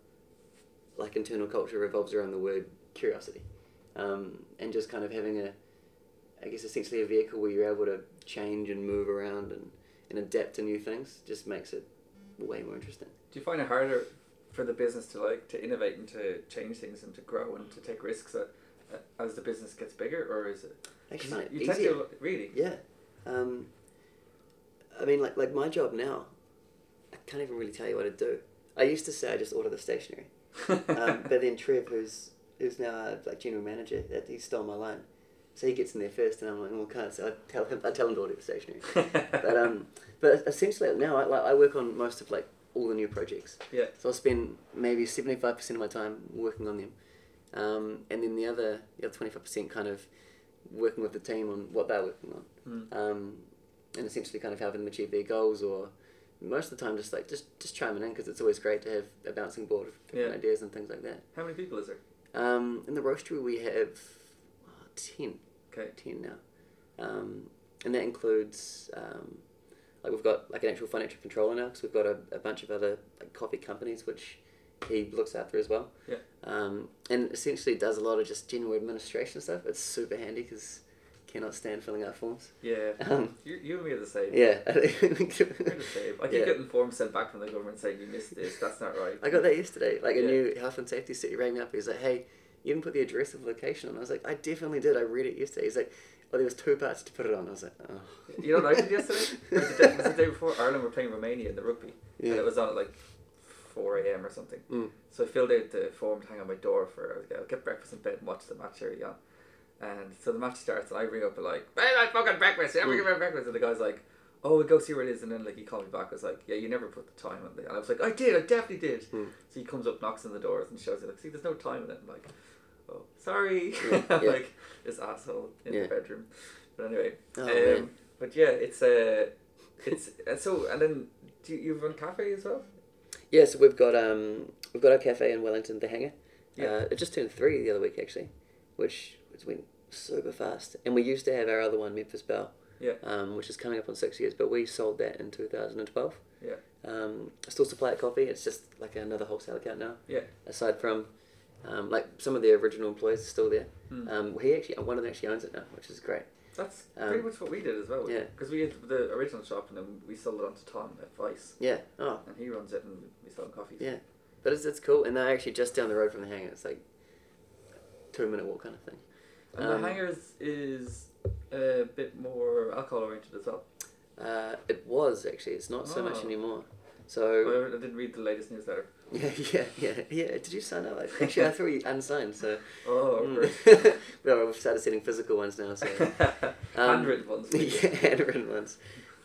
S3: like internal culture revolves around the word curiosity, um, and just kind of having a I guess essentially a vehicle where you're able to change and move around and, and adapt to new things just makes it way more interesting.
S2: do you find it harder for the business to like to innovate and to change things and to grow and to take risks uh, uh, as the business gets bigger, or is it? 'cause
S3: Actually, find it
S2: you tend
S3: easier.
S2: to really.
S3: Yeah. Um, I mean, like like my job now, I can't even really tell you what to do. I used to say I just order the stationery, um, but then Trev, who's who's now our like general manager, that he stole my line, so he gets in there first, and I'm like, well, can't. So I tell him, I tell him to order the stationery. but um, but essentially now I, like, I work on most of like all the new projects.
S2: yeah,
S3: So I spend maybe seventy five percent of my time working on them, um, and then the other the other twenty five percent kind of working with the team on what they're working on,
S2: Mm.
S3: um, and essentially kind of helping them achieve their goals or most of the time just like just just chiming in because it's always great to have a bouncing board of different
S2: Yeah.
S3: ideas and things like that.
S2: How many people is there?
S3: Um, in the roastery we have oh, ten
S2: Okay.
S3: 10 now. Um, and that includes, um, like, we've got like an actual financial controller now because we've got a, a bunch of other like, coffee companies which he looks after as well.
S2: Yeah.
S3: Um, and essentially does a lot of just general administration stuff. It's super handy because cannot stand filling out forms.
S2: Yeah.
S3: Um,
S2: you, you and me are the same.
S3: Yeah.
S2: We're the same. I keep
S3: Yeah.
S2: getting forms sent back from the government saying you missed this. That's not right.
S3: I got that yesterday. Like a
S2: Yeah.
S3: new health and safety city rang me up. He's like, "Hey, you didn't put the address of location on." I was like, "I definitely did. I read it yesterday." He's like, "Oh, there was two parts to put it on." I was like, "Oh."
S2: You know what I did yesterday? Or the day, was the day before Ireland were playing Romania in the rugby,
S3: Yeah.
S2: and it was on at like four a.m. or something.
S3: Mm.
S2: So I filled out the form to hang on my door for I'll get breakfast in bed and watch the match early on. And so the match starts, and I ring up and like, "Where's my fucking breakfast? Yeah, we get my breakfast." And the guy's like, "Oh, we'll go see where it is." And then like he called me back. I was like, "Yeah, you never put the time on the." And I
S3: Hmm.
S2: was like, "I did. I definitely did." So he comes up, knocks on the doors, and shows me like, "See, there's no time in it." I'm like, oh, sorry.
S3: Yeah, yeah.
S2: like this asshole in
S3: Yeah.
S2: the bedroom. But anyway.
S3: Oh,
S2: um,
S3: man.
S2: but yeah, it's a. Uh, it's and so and then do you, you run cafe as well?
S3: Yeah, so we've got um we've got our cafe in Wellington, the Hangar.
S2: Yeah.
S3: Uh, it just turned three the other week actually, which which went super fast. And we used to have our other one, Memphis Bell,
S2: Yeah.
S3: um, which is coming up on six years, but we sold that in two thousand and twelve.
S2: Yeah.
S3: Um, I still supply it coffee. It's just like another wholesale account now.
S2: Yeah.
S3: Aside from, um, like some of the original employees are still there.
S2: Hmm.
S3: Um, he actually one of them actually owns it now, which is great.
S2: That's
S3: Um,
S2: pretty much what we did as well.
S3: yeah.
S2: Because we had the original shop and then we sold it on to Tom at Vice.
S3: Yeah. Oh.
S2: And he runs it and we sell him coffees.
S3: Yeah. But it's it's cool, and they're actually just down the road from the hangar. It's like two minute walk kind of thing.
S2: And
S3: Um,
S2: the hangers is a bit more alcohol oriented as well.
S3: Uh, it was actually. It's not so much
S2: Oh.
S3: anymore. So
S2: Well, I didn't read the latest newsletter.
S3: yeah, yeah, yeah, yeah. Did you sign up? Like, Actually, I thought you unsigned. So
S2: Oh,
S3: Mm.
S2: great.
S3: no, we've started sending physical ones now. So um,
S2: handwritten ones. please.
S3: yeah, handwritten ones.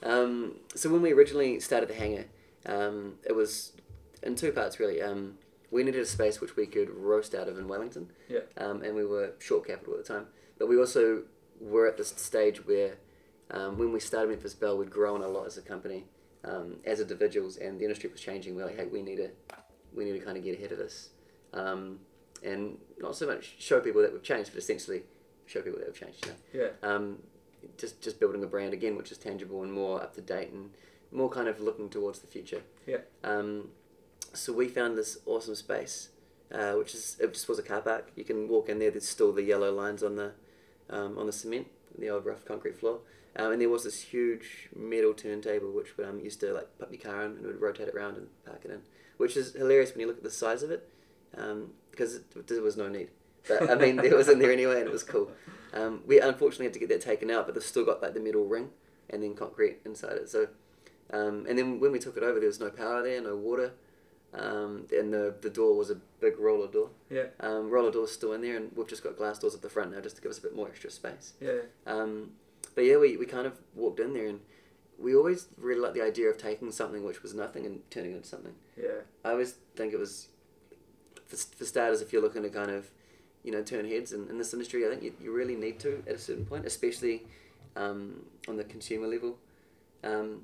S3: Um, so when we originally started the hangar, um, it was in two parts really. Um, we needed a space which we could roast out of in Wellington,
S2: Yeah.
S3: um, and we were short capital at the time. But we also were at this stage where, um, when we started Memphis Bell, we'd grown a lot as a company, um, as individuals, and the industry was changing. We're like, hey, we need to, we need to kind of get ahead of this, um, and not so much show people that we've changed, but essentially show people that we've changed. You know?
S2: Yeah.
S3: um, just just building a brand again, which is tangible and more up to date and more kind of looking towards the future.
S2: Yeah.
S3: Um, so we found this awesome space, uh, which is it just was a car park. You can walk in there. There's still the yellow lines on the um, on the cement, the old rough concrete floor, um, and there was this huge metal turntable which we um, used to like put your car in and would rotate it around and park it in, which is hilarious when you look at the size of it, because it there was no need. But I mean, it was in there anyway, and it was cool. Um, we unfortunately had to get that taken out, but they've still got like the metal ring and then concrete inside it. So, um, and then when we took it over, there was no power there, no water, um, and the the door was a big roller door.
S2: Yeah.
S3: Um, roller door's still in there, and we've just got glass doors at the front now, just to give us a bit more extra space.
S2: Yeah.
S3: Um, but yeah, we, we kind of walked in there, and we always really liked the idea of taking something which was nothing and turning it into something.
S2: Yeah.
S3: I always think it was, for, for starters, if you're looking to kind of, you know, turn heads in, in this industry, I think you, you really need to at a certain point, especially um, on the consumer level. Um,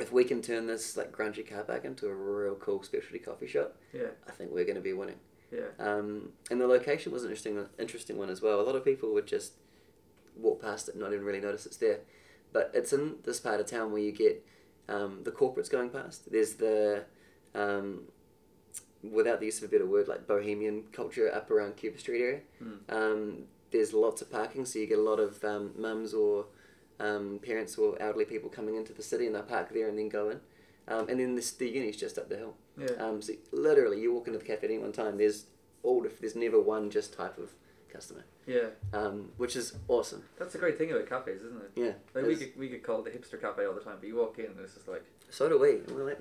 S3: if we can turn this like grungy car back into a real cool specialty coffee shop,
S2: Yeah.
S3: I think we're going to be winning.
S2: Yeah.
S3: Um, and the location was an interesting, interesting one as well. A lot of people would just walk past it and not even really notice it's there. But it's in this part of town where you get um, the corporates going past. There's the, um, without the use of a better word, like bohemian culture up around Cuba Street area.
S2: Mm.
S3: Um, there's lots of parking, so you get a lot of um, mums or um, parents or elderly people coming into the city and they park there and then go in. Um, and then this, the uni's just up the hill.
S2: Yeah.
S3: Um, so literally, you walk into the cafe at any one time. There's all dif- there's never one just type of customer,
S2: Yeah.
S3: um, which is awesome.
S2: That's the great thing about cafes, isn't it?
S3: Yeah.
S2: Like we
S3: it's-
S2: get, we get called the hipster cafe all the time, but you walk in and it's just like,
S3: so do we. And we're like,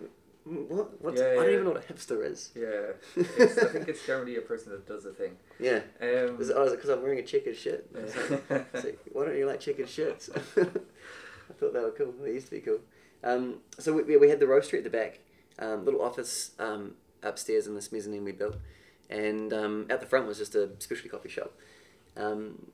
S3: "Mm, what? What's,
S2: Yeah,
S3: I don't
S2: yeah.
S3: even know what a hipster is.
S2: yeah. It's, I think it's generally a person that does a thing.
S3: Yeah.
S2: Um,
S3: Is it- oh, is it because I'm wearing a checkered shirt? It's like, it's like, why don't you like checkered shirts? I thought they were cool. They used to be cool. Um, so we, we- we had the roastery at the back, um, little office um, upstairs in this mezzanine we built, and um, out the front was just a specialty coffee shop. Um,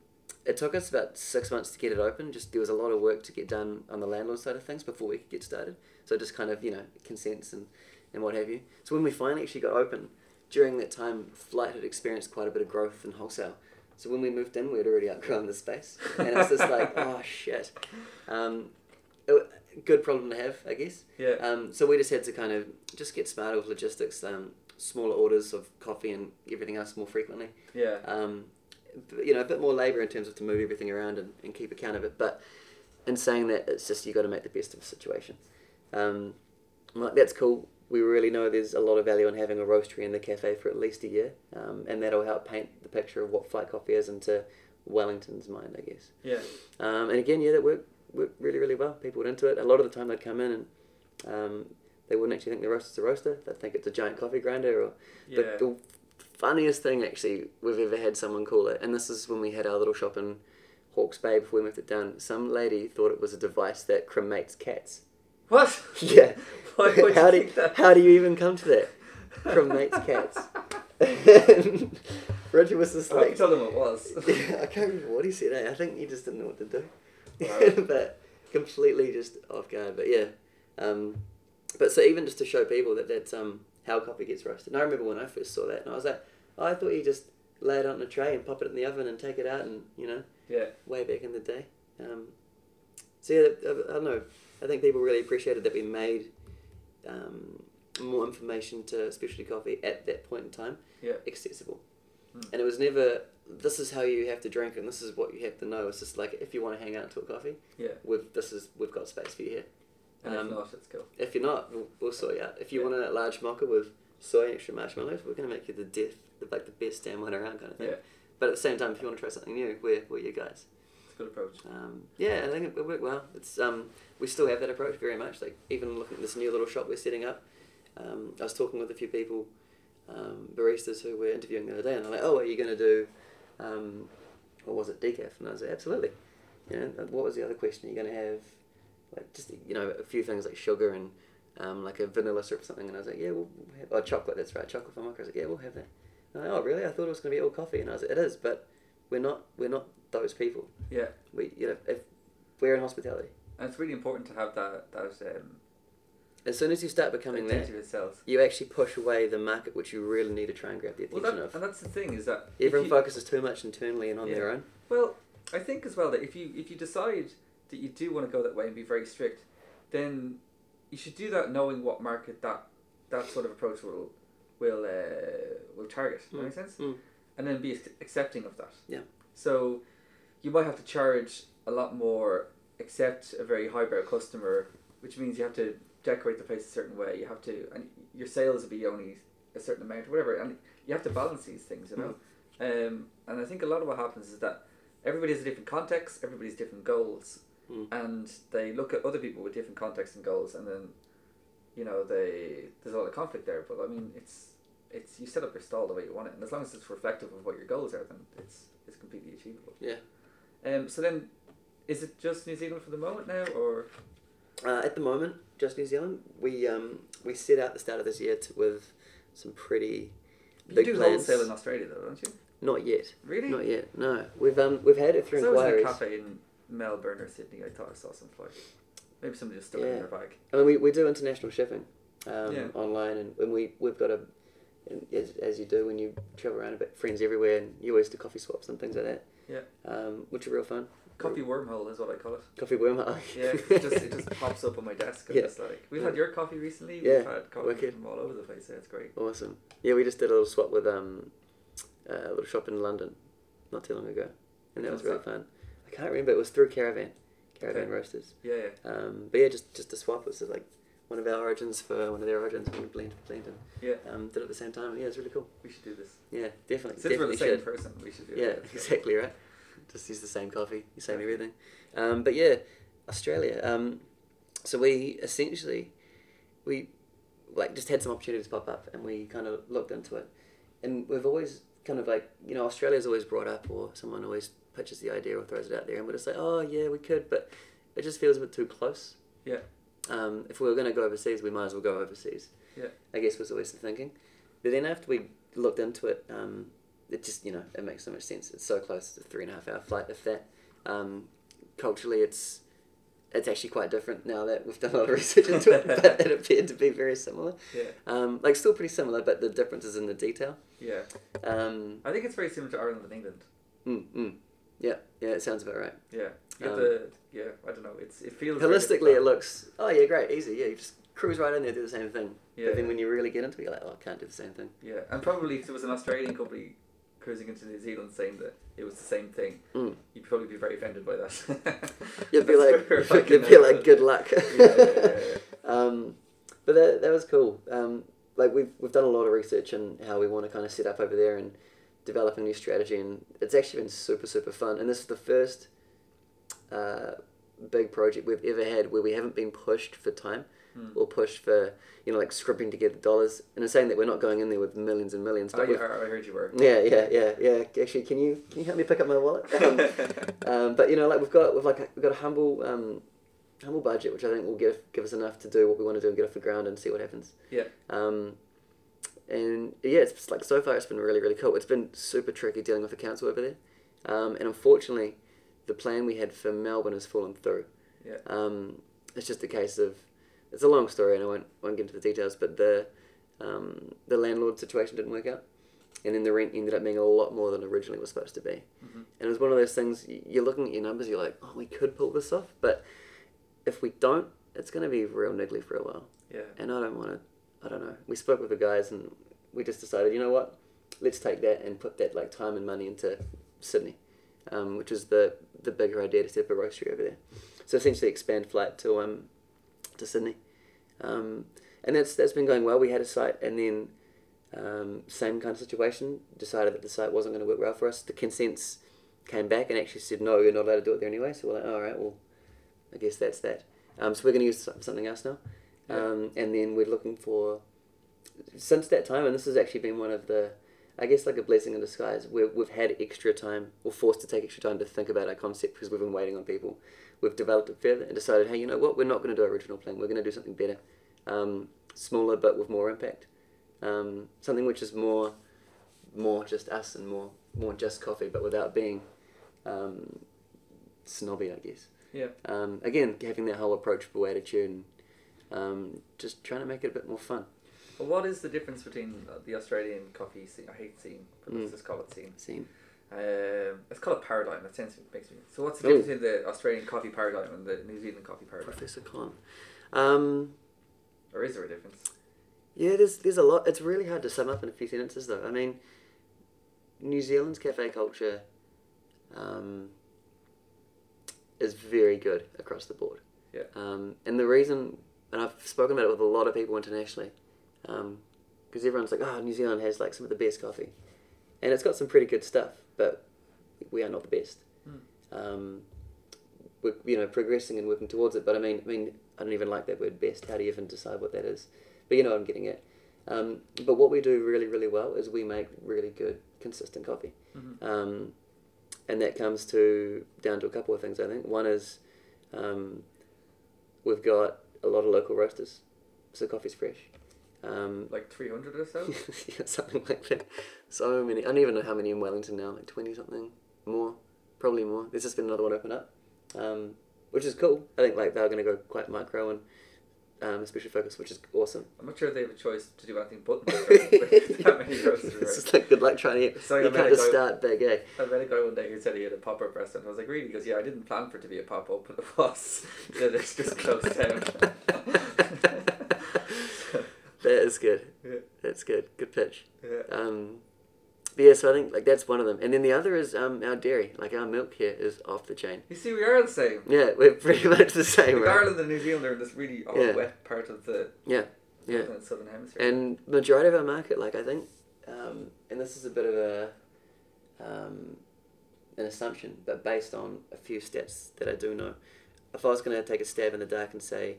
S3: it took us about six months to get it open. Just there was a lot of work to get done on the landlord side of things before we could get started. So just kind of you know consents and, and what have you. So when we finally actually got open, during that time, Flight had experienced quite a bit of growth in wholesale. So when we moved in, we had already outgrown the space, and it's just like oh shit. Um, it, wa- good problem to have, I guess.
S2: Yeah.
S3: Um, so we just had to kind of just get smarter with logistics, um, smaller orders of coffee and everything else more frequently
S2: yeah.
S3: um, b- you know, a bit more labour in terms of to move everything around and, and keep account of it. But in saying that, it's just you got to make the best of the situation. Um, I'm like that's cool. We really know there's a lot of value in having a roastery in the cafe for at least a year, um, and that'll help paint the picture of what Flight Coffee is into Wellington's mind, I guess.
S2: Yeah.
S3: Um, and again, yeah, that worked, worked really, really well. People were into it. A lot of the time, they'd come in and um, they wouldn't actually think the roaster's a roaster. They'd think it's a giant coffee grinder or
S2: Yeah.
S3: the, the funniest thing actually we've ever had someone call it, and this is when we had our little shop in Hawke's Bay before we moved it down. Some lady thought it was a device that cremates cats.
S2: What?
S3: Yeah.
S2: Why would
S3: how
S2: you
S3: do
S2: think that?
S3: how do you even come to that? Cremates cats. Roger was just
S2: I hope
S3: like,
S2: you told him it was.
S3: yeah, I can't remember what he said. eh? I think he just didn't know what to do.
S2: Wow.
S3: but completely just off guard. But yeah, um, but so even just to show people that that's um, how coffee gets roasted. And I remember when I first saw that, and I was like, oh, I thought you just lay it out in a tray and pop it in the oven and take it out, and you know,
S2: yeah.
S3: way back in the day. Um, so yeah, I, I don't know. I think people really appreciated that we made um, more information to specialty coffee at that point in time
S2: Yeah.
S3: accessible.
S2: Mm.
S3: And it was never, this is how you have to drink and this is what you have to know. It's just like, if you want to hang out and talk coffee,
S2: Yeah.
S3: we've, this is, we've got space for you here.
S2: And
S3: Um,
S2: if not, let's go.
S3: If you're not, we'll, we'll sort you out. If you
S2: Yeah.
S3: want a large mocha with soy and extra marshmallows, we're going to make you the death, the, like the best damn one around kind of thing.
S2: Yeah.
S3: But at the same time, if you want to try something new, we're, we're your guys.
S2: It's a good approach.
S3: Um, yeah, I think it, it worked well. It's um, we still have that approach very much. Like even looking at this new little shop we're setting up, um, I was talking with a few people, um, baristas who were interviewing the other day, and they're like, "Oh, are you going to do, um, what was it, decaf?" And I was like, "Absolutely." You know, what was the other question? Are you going to have, like, just you know, a few things like sugar and um, like a vanilla syrup or something? And I was like, "Yeah, we'll we'll have, oh, chocolate. That's right, chocolate for mocha." I was like, "Yeah, we'll have that." And they're like, "Oh, really? I thought it was going to be all coffee." And I was like, "It is, but we're not we're not those people."
S2: Yeah.
S3: we you know if we're in hospitality
S2: And it's really important to have that that um,
S3: as soon as you start becoming that
S2: identity of itself.
S3: you actually push away the market which you really need to try and grab the
S2: Well,
S3: attention
S2: that,
S3: of
S2: and that's the thing is that if
S3: everyone
S2: you-
S3: focuses too much internally and on their own
S2: Well, I think as well that if you if you decide that you do want to go that way and be very strict, then you should do that knowing what market that that sort of approach will will uh, will target. Does That
S3: Mm.
S2: make sense?
S3: Mm.
S2: And then be ac- accepting of that.
S3: Yeah.
S2: So you might have to charge a lot more, accept a very highbrow customer, which means you have to decorate the place a certain way. You have to, and your sales will be only a certain amount, whatever. And you have to balance these things,
S3: Mm.
S2: you know. Um, and I think a lot of what happens is that everybody has a different context, everybody's different goals,
S3: Mm.
S2: and they look at other people with different contexts and goals, and then you know they there's a lot of conflict there. But I mean, it's it's you set up your stall the way you want it, and as long as it's reflective of what your goals are, then it's it's completely achievable.
S3: Yeah.
S2: Um. So then, is it just New Zealand for the moment now, or
S3: uh, at the moment just new zealand we um we set out the start of this year to, with some pretty
S2: you
S3: Big
S2: do
S3: plans.
S2: wholesale in Australia though, don't you?
S3: not yet
S2: Really?
S3: not yet no we've um we've had it through
S2: So I was in a
S3: inquiries
S2: cafe in Melbourne or Sydney. I thought I saw some flyers. Maybe somebody just stuck it in
S3: Yeah.
S2: their bag.
S3: I mean, we, we do international shipping um,
S2: Yeah.
S3: online, and, and we, we've got a, and as, as you do when you travel around a bit, friends everywhere, and you always do coffee swaps and things like that.
S2: Yeah.
S3: Um, which are real fun.
S2: Coffee wormhole is what I call it.
S3: Coffee wormhole.
S2: Yeah, 'cause it just it just pops up on my desk. And
S3: Yeah.
S2: it's like we've had your coffee recently.
S3: Yeah,
S2: We've had coffee
S3: wicked.
S2: from all over the place. Yeah, it's great.
S3: Awesome. Yeah, we just did a little swap with um, a little shop in London not too long ago, and that was
S2: What's
S3: really fun. I can't remember, it was through Caravan, Caravan
S2: Okay.
S3: Roasters.
S2: Yeah, yeah.
S3: Um, but yeah, just just a swap was like one of our origins for one of their origins, one blend for blend, and
S2: Yeah.
S3: um, did it at the same time. Yeah, it was really cool.
S2: We should do this.
S3: Yeah, definitely.
S2: Since we're
S3: definitely
S2: the same
S3: should.
S2: person, we should do
S3: yeah,
S2: it.
S3: exactly right. Just use the same coffee, the same everything. Um, but yeah, Australia. Um, so we essentially we like just had some opportunities pop up, and we kind of looked into it. And we've always kind of like you know Australia's always brought up, or someone always pitches the idea or throws it out there, and we're just like, oh yeah, we could, but it just feels a bit too close.
S2: Yeah.
S3: Um, if we were going to go overseas, we might as well go overseas.
S2: Yeah.
S3: I guess was always the thinking. But then after we looked into it, um, it just you know it makes so much sense. It's so close to a three and a half hour flight. If that um, culturally, it's it's actually quite different now that we've done a lot of research into it. But it appeared to be very similar.
S2: Yeah,
S3: Um, like still pretty similar, but the difference is in the detail.
S2: yeah.
S3: Um,
S2: I think it's very similar to Ireland and England.
S3: mm, mm. Yeah, yeah, it sounds about right.
S2: Yeah, you have
S3: Um,
S2: to. Yeah, I don't know. It's it feels very
S3: Holistically, it
S2: different.
S3: looks oh yeah, great, easy. Yeah, you just cruise right in there, do the same thing.
S2: Yeah,
S3: but then when you really get into it, you're like, oh, I can't do the same thing.
S2: yeah, and probably if there was an Australian company cruising into New Zealand saying that it was the same thing,
S3: Mm.
S2: you'd probably be very offended by that.
S3: You'd be
S2: That's
S3: like,
S2: where I can
S3: you'd be like,
S2: imagine.
S3: good luck.
S2: yeah, yeah, yeah,
S3: um, but that, that was cool. Um, like we've we've done a lot of research on how we want to kind of set up over there and develop a new strategy, and it's actually been super super fun. And this is the first uh, big project we've ever had where we haven't been pushed for time
S2: Hmm.
S3: or pushed for you know like scrimping together dollars. And I'm saying that we're not going in there with millions and millions,
S2: Oh,
S3: but
S2: you
S3: we've
S2: are, I heard you were.
S3: yeah, yeah, yeah, yeah. Actually, can you can you help me pick up my wallet? Um, um, but you know, like we've got we've like we've got a humble um, humble budget, which I think will give give us enough to do what we want to do and get off the ground and see what happens.
S2: Yeah.
S3: Um, and yeah, it's it's like so far it's been really really cool. It's been super tricky dealing with the council over there, um, and unfortunately, the plan we had for Melbourne has fallen through.
S2: Yeah.
S3: Um, it's just a case of it's a long story, and I won't won't get into the details, but the um, the landlord situation didn't work out, and then the rent ended up being a lot more than originally was supposed to be, and it was one of those things y- you're looking at your numbers, you're like, oh, we could pull this off, but if we don't, it's going to be real niggly for a while
S2: Yeah.
S3: and I don't want to. I don't know. We spoke with the guys, and we just decided, you know what? Let's take that and put that like time and money into Sydney, um, which is the the bigger idea to set up a roastery over there. So essentially, expand flight to um to Sydney, um, and that's that's been going well. We had a site, and then um, same kind of situation. Decided that the site wasn't going to work well for us. The consents came back and actually said, no, you're not allowed to do it there anyway. So we're like, all right, well, I guess that's that. Um, so we're going to use some- something else now.
S2: Yeah.
S3: Um, and then we're looking for, since that time, and this has actually been one of the, I guess, like a blessing in disguise, we we've had extra time, or forced to take extra time to think about our concept because we've been waiting on people. We've developed it further and decided, hey, you know what? We're not going to do our original plan. We're going to do something better, um, smaller but with more impact. Um, something which is more, more just us and more, more just coffee, but without being um, snobby, I guess
S2: Yeah.
S3: um, again having that whole approachable attitude and um, just trying to make it a bit more fun
S2: Well, what is the difference between uh, the Australian coffee scene? I hate scene, but let's
S3: Mm.
S2: just call it scene.
S3: scene.
S2: Um, it's called a paradigm. That sounds makes me. So what's the
S3: Ooh.
S2: difference between the Australian coffee paradigm and the New Zealand coffee paradigm?
S3: Professor Con. Um,
S2: Or is there a difference?
S3: yeah, there's there's a lot. It's really hard to sum up in a few sentences though. I mean, New Zealand's cafe culture um, is very good across the board.
S2: Yeah.
S3: Um, and the reason, and I've spoken about it with a lot of people internationally, because everyone's like, oh, New Zealand has like some of the best coffee. And it's got some pretty good stuff, but we are not the best.
S2: Mm.
S3: Um, we're, you know, progressing and working towards it, but I mean, I mean, I don't even like that word best. How do you even decide what that is? But you know what I'm getting at. Um, but what we do really, really well is we make really good, consistent coffee.
S2: Mhm.
S3: Um, and that comes to down to a couple of things, I think. One is um, we've got a lot of local roasters, so coffee's fresh. Um,
S2: Like three hundred or so.
S3: yeah, something like that. So many. I don't even know how many in Wellington now, like 20 something, more, probably more. There's just been another one open up, um, which is cool. I think like they're going to go quite micro and um, especially focus, which is awesome.
S2: I'm not sure they have a choice to do anything but micro. that many roasters.
S3: it's just like good luck trying to.
S2: Sorry,
S3: you
S2: I meant
S3: kind
S2: to go-
S3: of start big, eh?
S2: I met a guy one day who said he had a pop up restaurant. I was like, really? He goes, yeah, I didn't plan for it to be a pop up, but it was. Then it's just closed down.
S3: That is good.
S2: yeah,
S3: That's good. Good pitch.
S2: yeah.
S3: Um, but yeah, so I think like that's one of them, and then the other is um, our dairy. Like our milk here is off the chain.
S2: You see, we are the same.
S3: Yeah, we're pretty much the same,
S2: Like
S3: right?
S2: Ireland and New Zealand are in this really odd,
S3: Yeah.
S2: wet part of the
S3: Yeah, yeah.
S2: the southern hemisphere.
S3: And majority of our market, like I think, um, and this is a bit of a um, an assumption, but based on a few stats that I do know, if I was going to take a stab in the dark and say,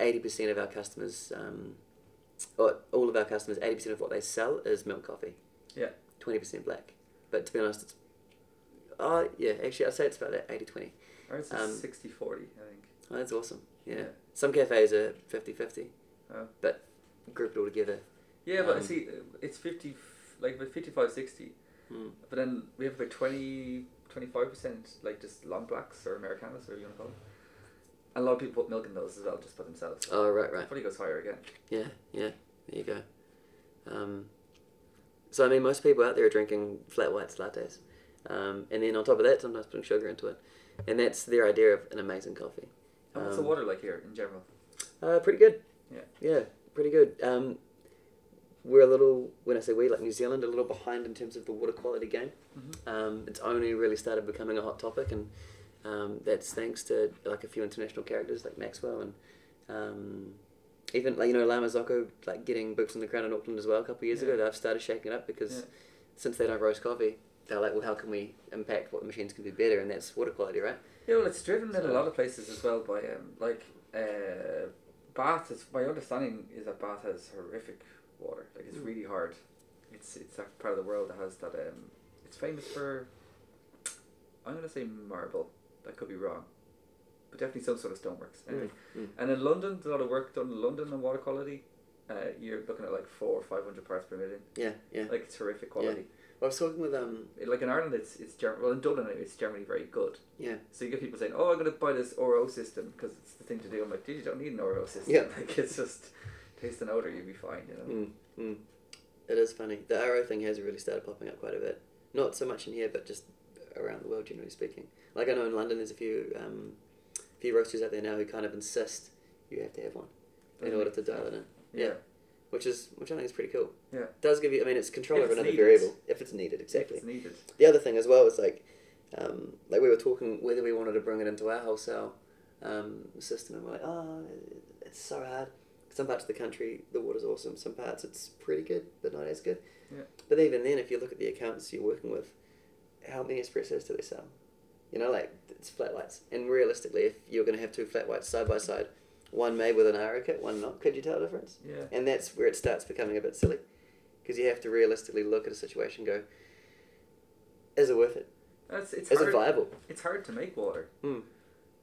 S3: eighty percent of our customers, um, or all of our customers, eighty percent of what they sell is milk coffee.
S2: Yeah.
S3: Twenty percent black, but to be honest, it's oh yeah, actually I'd say it's about that 80-20.
S2: Ours is
S3: um,
S2: 60 40, I think.
S3: Oh, that's awesome. Yeah.
S2: Yeah.
S3: Some cafes are 50-50,
S2: Oh.
S3: but grouped all together.
S2: Yeah, but
S3: Um,
S2: see, it's 50, f- like with 55 60,
S3: Hmm.
S2: but then we have about 20, 25%, like just long blacks or Americanos, or you want to call them. And a lot of people put milk in those as well, just by themselves.
S3: Oh right, right.
S2: It probably goes higher again.
S3: Yeah, yeah. There you go. Um, so I mean, most people out there are drinking flat whites lattes, um, and then on top of that, sometimes putting sugar into it, and that's their idea of an amazing coffee.
S2: And what's the
S3: Um,
S2: water like here in general?
S3: Uh, pretty good.
S2: Yeah.
S3: Yeah, pretty good. Um, we're a little, when I say we, like New Zealand, a little behind in terms of the water quality game.
S2: Mhm.
S3: Um, it's only really started becoming a hot topic, and um, that's thanks to like a few international characters like Maxwell and um, even like you know Lama Zocco like getting boots on the ground in Auckland as well a couple of years
S2: Yeah.
S3: ago. They've started shaking it up because
S2: Yeah.
S3: since they don't roast coffee, they're like, well, how can we impact what machines can do better? And that's water quality, right?
S2: Yeah, well, it's driven in a
S3: So-
S2: lot of places as well by um, like uh, Bath. Is, my understanding is that Bath has horrific water. Like it's
S3: Mm.
S2: really hard. It's it's that part of the world that has that. Um, it's famous for. I'm gonna say marble. That could be wrong, but definitely some sort of stoneworks. Anyway.
S3: Mm.
S2: And in London, there's a lot of work done in London on water quality. uh, you're looking at like four or five hundred parts per million.
S3: Yeah, yeah.
S2: Like terrific quality.
S3: I was talking with um,
S2: Like in Ireland, it's it's Germ- well in Dublin anyway, it's generally very good.
S3: yeah,
S2: So you get people saying, "Oh, I'm going to buy this Oro system because it's the thing to do." I'm like, "Dude, you don't need an Oro system.
S3: Yeah.
S2: Like it's just taste and odor, you'll be fine." You know.
S3: mm, mm. it is funny. The arrow thing has really started popping up quite a bit. Not so much in here, but just around the world, generally speaking. Like I know in London, there's a few um, few roasters out there now who kind of insist you have to have one in
S2: Doesn't
S3: order
S2: make
S3: to dial it in,
S2: Mm. Yeah.
S3: yeah. which is which I think is pretty cool.
S2: Yeah.
S3: does give you. I mean, it's control
S2: If
S3: over
S2: it's
S3: another
S2: needed.
S3: variable if it's needed. Exactly.
S2: It's needed.
S3: The other thing as well is like, um, like we were talking whether we wanted to bring it into our wholesale um, system, and we're like, oh, it's so hard. Some parts of the country, the water's awesome. Some parts, it's pretty good, but not as good.
S2: Yeah.
S3: But even then, if you look at the accounts you're working with, how many espressos do they sell? You know, like it's flat whites. And realistically, if you're going to have two flat whites side by side, one made with an Arabica, one not, could you tell the difference?
S2: Yeah.
S3: And that's where it starts becoming a bit silly. Because you have to realistically look at a situation and go, is it worth it?
S2: That's it's
S3: Is
S2: hard.
S3: it viable?
S2: It's hard to make water.
S3: Hmm.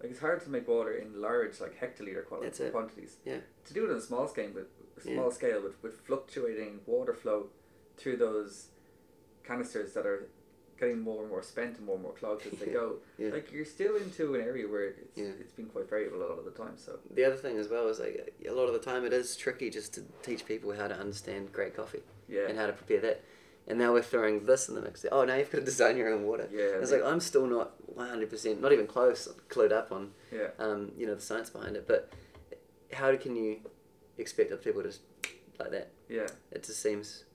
S2: Like it's hard to make water in large like hectoliter quality
S3: That's it.
S2: quantities.
S3: Yeah.
S2: To do it on a small scale with
S3: Yeah.
S2: small scale with, with fluctuating water flow through those canisters that are getting more and more spent and more and more clogged as they go.
S3: Yeah.
S2: Like you're still into an area where it's
S3: Yeah.
S2: it's been quite variable a lot of the time, so
S3: The other thing as well is like a lot of the time it is tricky just to teach people how to understand great coffee
S2: yeah.
S3: and how to prepare that. And now we're throwing this in the mix. Oh, now you've got to design your own water.
S2: Yeah,
S3: it's
S2: they-
S3: like I'm still not 100%, not even close, clued up on
S2: yeah.
S3: um, you know the science behind it. But how can you expect other people to just like that?
S2: Yeah.
S3: It just seems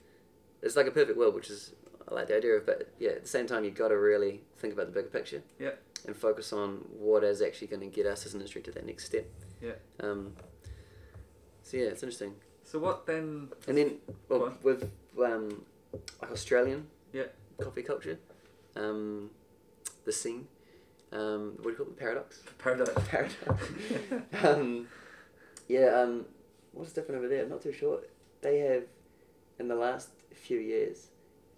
S3: it's like a perfect world, which is I like the idea of. But yeah, at the same time, you've got to really think about the bigger picture.
S2: Yeah.
S3: And focus on what is actually going to get us as an industry to that next step.
S2: Yeah.
S3: Um, so yeah, it's interesting.
S2: So what then
S3: And then
S2: Go
S3: well,
S2: on.
S3: with um, like Australian
S2: Yeah.
S3: coffee culture, um, the scene. Um, what do you call it? Paradox.
S2: paradigm
S3: Paradox. um, yeah, um, what's different over there? I'm not too sure. They have, in the last few years,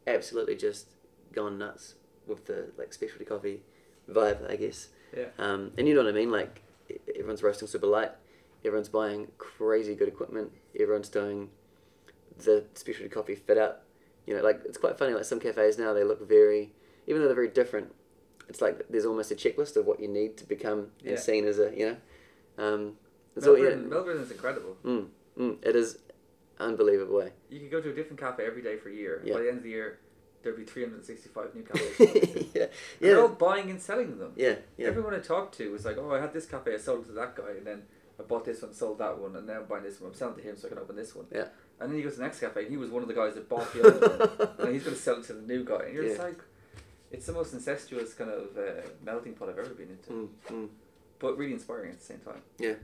S3: absolutely just gone nuts with the like specialty coffee vibe, I guess.
S2: Yeah.
S3: Um, and you know what I mean? Like e- everyone's roasting super light, everyone's buying crazy good equipment, everyone's doing the specialty coffee fit up. You know, like it's quite funny. Like some cafes now, they look very, even though they're very different. It's like there's almost a checklist of what you need to become
S2: Yeah.
S3: and seen as a you know. Um, it's all-
S2: Melbourne,
S3: yeah.
S2: Melbourne is incredible.
S3: Mm, mm, it is unbelievable. eh?
S2: You could go to a different cafe every day for a year.
S3: Yeah.
S2: By the end of the year there'd be three hundred and sixty five new cafes.
S3: yeah,
S2: And They're all
S3: yeah,
S2: buying and selling them.
S3: yeah, yeah.
S2: Everyone I talked to was like, "Oh, I had this cafe, I sold it to that guy, and then I bought this one, sold that one, and now I'm buying this one. I'm selling to him, so I can open this one."
S3: Yeah.
S2: And then he goes to the next cafe, and he was one of the guys that bought the other one, and he's going to sell it to the new guy. And you're just
S3: Yeah.
S2: like, it's the most incestuous kind of uh, melting pot I've ever been into,
S3: Mm, mm.
S2: but really inspiring at the same time.
S3: It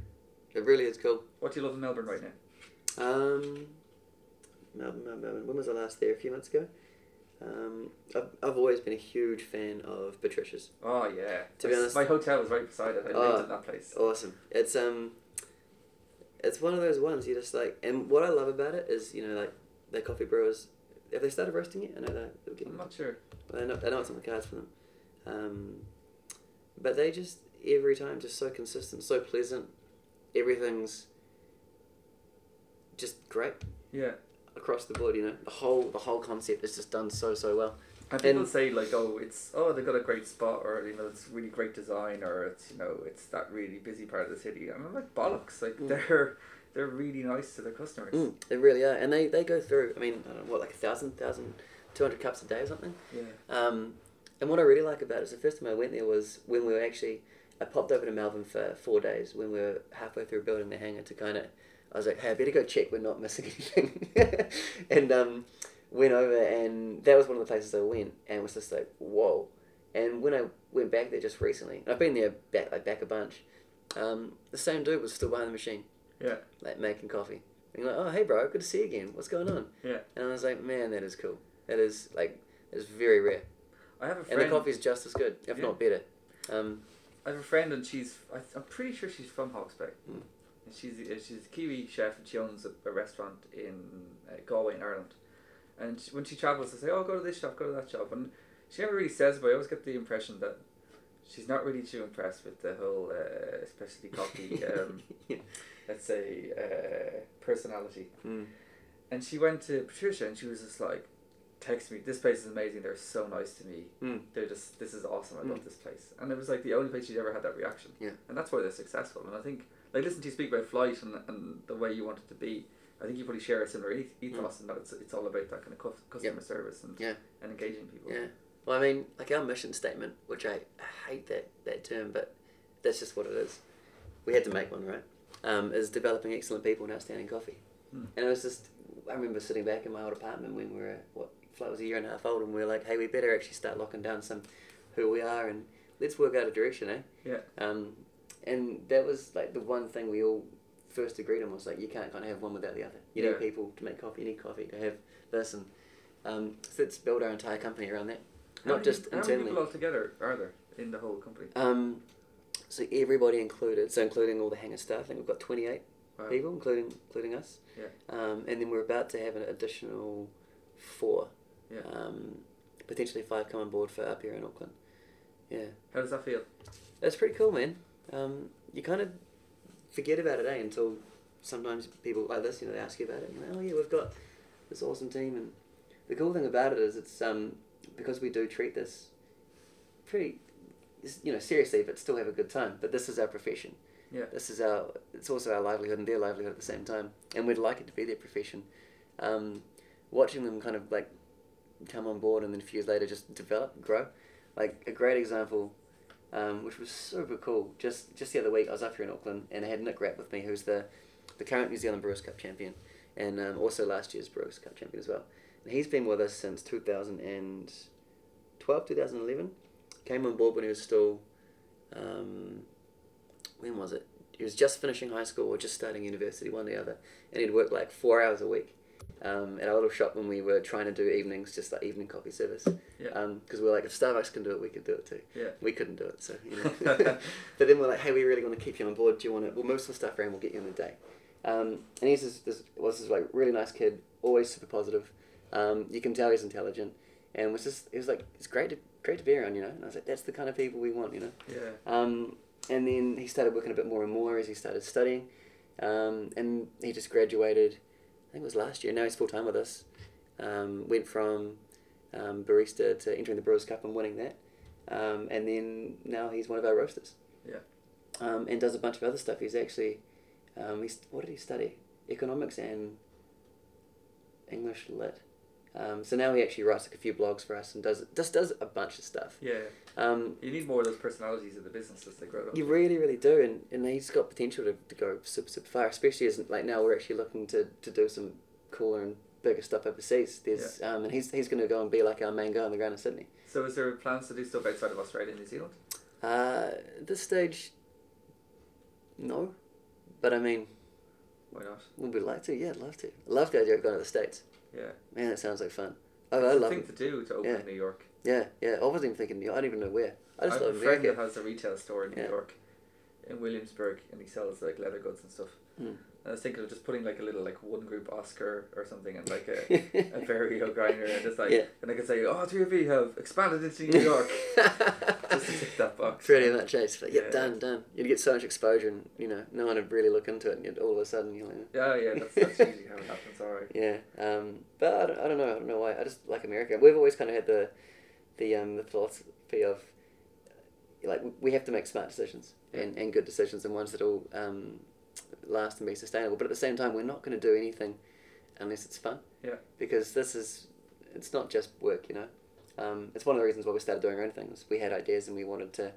S3: really is cool.
S2: What do you love in Melbourne right now?
S3: Um, Melbourne, Melbourne, Melbourne. When was I last there? A few months ago. Um, I've, I've always been a huge fan of Patricia's.
S2: Oh yeah.
S3: To
S2: I
S3: be
S2: s-
S3: honest-
S2: my hotel was right beside it. I
S3: Oh.
S2: lived in that place.
S3: Awesome. It's um, it's one of those ones you just like. And what I love about it is you know like their coffee brewers. Have they started roasting it? I know they they're getting.
S2: I'm not sure.
S3: I know, I know it's on the cards for them. Um, but they just, every time, just so consistent, so pleasant. Everything's just great
S2: Yeah.
S3: across the board, you know? The whole the whole concept is just done so, so well.
S2: And people
S3: And-
S2: say like, oh, it's oh they've got a great spot, or you know it's really great design, or it's you know it's that really busy part of the city. And I'm like bollocks, like
S3: Mm.
S2: they're they're really nice to their customers.
S3: Mm, they really are. And they, they go through, I mean, I don't know, what, like a thousand, thousand, two hundred cups a day or something?
S2: Yeah,
S3: Um, and what I really like about it is the first time I went there was when we were actually, I popped over to Melbourne for four days when we were halfway through building the hangar to kind of, I was like, hey, I better go check we're not missing anything. and um, went over, and that was one of the places I went, and was just like, whoa. And when I went back there just recently, and I've been there back, like, back a bunch, um, the same dude was still behind the machine,
S2: yeah,
S3: like making coffee. And you're like, oh, hey, bro, good to see you again. What's going on?
S2: yeah.
S3: And I was like, man, that is cool. That is, like, it's very rare.
S2: I have a
S3: And the
S2: friend.
S3: coffee's just as good, if
S2: Yeah.
S3: not better. Um,
S2: I have a friend, and she's I, I'm pretty sure she's from Hawke's Bay.
S3: Mm.
S2: And she's uh, she's a Kiwi chef, and she owns a, a restaurant in uh, Galway, in Ireland. And she, when she travels, they say, oh, go to this shop, go to that shop, and she never really says. But I always get the impression that She's not really too impressed with the whole, uh, especially cocky, um, let's say, uh, personality.
S3: Mm.
S2: And she went to Patricia and she was just like, text me, this place is amazing, they're so nice to me.
S3: Mm.
S2: They're just, this is awesome, I
S3: Mm.
S2: love this place. And it was like the only place she'd ever had that reaction.
S3: Yeah.
S2: And that's why they're successful. And I think, like, listen to you speak about flight and, and the way you want it to be. I think you probably share a similar eth-
S3: Mm.
S2: ethos in that it's, it's all about that kind of cus- customer service and,
S3: Yeah.
S2: and engaging people.
S3: Yeah. Well, I mean, like our mission statement, which I, I hate that, that term, but that's just what it is. We had to make one, right? Um, is developing excellent people and outstanding coffee.
S2: Hmm.
S3: And it was just, I remember sitting back in my old apartment when we were, what, Flight was a year and a half old, and we were like, hey, we better actually start locking down some who we are and let's work out a direction, eh?
S2: Yeah.
S3: Um, and that was like the one thing we all first agreed on was like you can't kind of have one without the other. You
S2: Yeah.
S3: need people to make coffee. You need coffee to have this, and um, so let's build our entire company around that,
S2: How
S3: not
S2: many-
S3: just
S2: how many
S3: internally.
S2: people altogether are there in the whole company?
S3: Um, so everybody included, so including all the hangar staff. I think we've got twenty eight
S2: Wow.
S3: people, including including us.
S2: Yeah.
S3: Um, and then we're about to have an additional four,
S2: Yeah.
S3: um, potentially five come on board for up here in Auckland. Yeah.
S2: How does that feel?
S3: That's pretty cool, man. Um, you kind of forget about it, eh? Until sometimes people like this, you know, they ask you about it. And you're like, oh yeah, we've got this awesome team, and the cool thing about it is it's um, because we do treat this pretty, s- you know, seriously, but still have a good time. But this is our profession.
S2: Yeah.
S3: This is our. It's also our livelihood and their livelihood at the same time, and we'd like it to be their profession. Um, watching them kind of like come on board and then a few years later just develop, grow. Like a great example, um, which was super cool. Just just the other week, I was up here in Auckland and I had Nick Rapp with me, who's the the current New Zealand Brewers Cup champion, and um, also last year's Brewers Cup champion as well. And he's been with us since 2012, 2011. Came on board when he was still, um, when was it? He was just finishing high school or just starting university, one or the other. And he'd work like four hours a week um, at our little shop when we were trying to do evenings, just like evening coffee service.
S2: Yeah.
S3: Because we were like, if Starbucks can do it, we could do it too.
S2: Yeah.
S3: We couldn't do it, so you know. but then we're like, hey, we really want to keep you on board. Do you want to? We'll move some stuff around. We'll get you in the day. Um, and he's this, this was this like really nice kid, always super positive. Um, you can tell he's intelligent, and was just it was like it's great to great to be around, you know. And I was like, that's the kind of people we want, you know.
S2: Yeah.
S3: Um, and then he started working a bit more and more as he started studying. Um, and he just graduated, I think it was last year. Now he's full time with us. Um, went from um, barista to entering the Brewers Cup and winning that. Um, and then now he's one of our roasters.
S2: Yeah.
S3: Um, and does a bunch of other stuff. He's actually, um, he's, what did he study? Economics and English lit. Um, so now he actually writes like a few blogs for us and does just does a bunch of stuff.
S2: Yeah.
S3: Um,
S2: You need more of those personalities in the business as they grow up.
S3: you really, really do, and, and he's got potential to, to go super, super far, especially as like now we're actually looking to, to do some cooler and bigger stuff overseas. There's um, and he's he's going to go and be like our main guy on the ground in Sydney.
S2: So, is there plans to do stuff outside of Australia and New Zealand?
S3: Uh, at this stage, no, but I mean,
S2: Why not?
S3: would we like to? Yeah, I'd love to. I'd love the idea of going to the states.
S2: Yeah.
S3: Man, that sounds like fun. I, I
S2: it's a
S3: love
S2: thing
S3: it.
S2: to do to open
S3: Yeah.
S2: in New York.
S3: Yeah, yeah. I wasn't even thinking. I don't even know where. I just
S2: have
S3: love
S2: a friend that
S3: America.
S2: has a retail store in New
S3: Yeah.
S2: York, in Williamsburg, and he sells like leather goods and stuff.
S3: Mm.
S2: And I was thinking of just putting like a little like one group Oscar or something and like a, a Vario grinder and just like
S3: Yeah.
S2: and I could say, oh, three of you have expanded into New York. Just to tick that box.
S3: Pretty much, Ace. But yeah,
S2: Yeah.
S3: done, done. You'd get so much exposure, and you know, no one would really look into it, and you'd, all of a sudden you're like,
S2: yeah, yeah, that's, that's usually how it happens. All right.
S3: yeah. Um, but I don't, I don't know. I don't know why. I just like America. We've always kind of had the, the um, the philosophy of, uh, like we have to make smart decisions and, and good decisions and ones that'll um, last and be sustainable. But at the same time, we're not going to do anything unless it's fun.
S2: Yeah.
S3: Because this is, it's not just work, you know. Um, it's one of the reasons why we started doing our own things. We had ideas and we wanted to.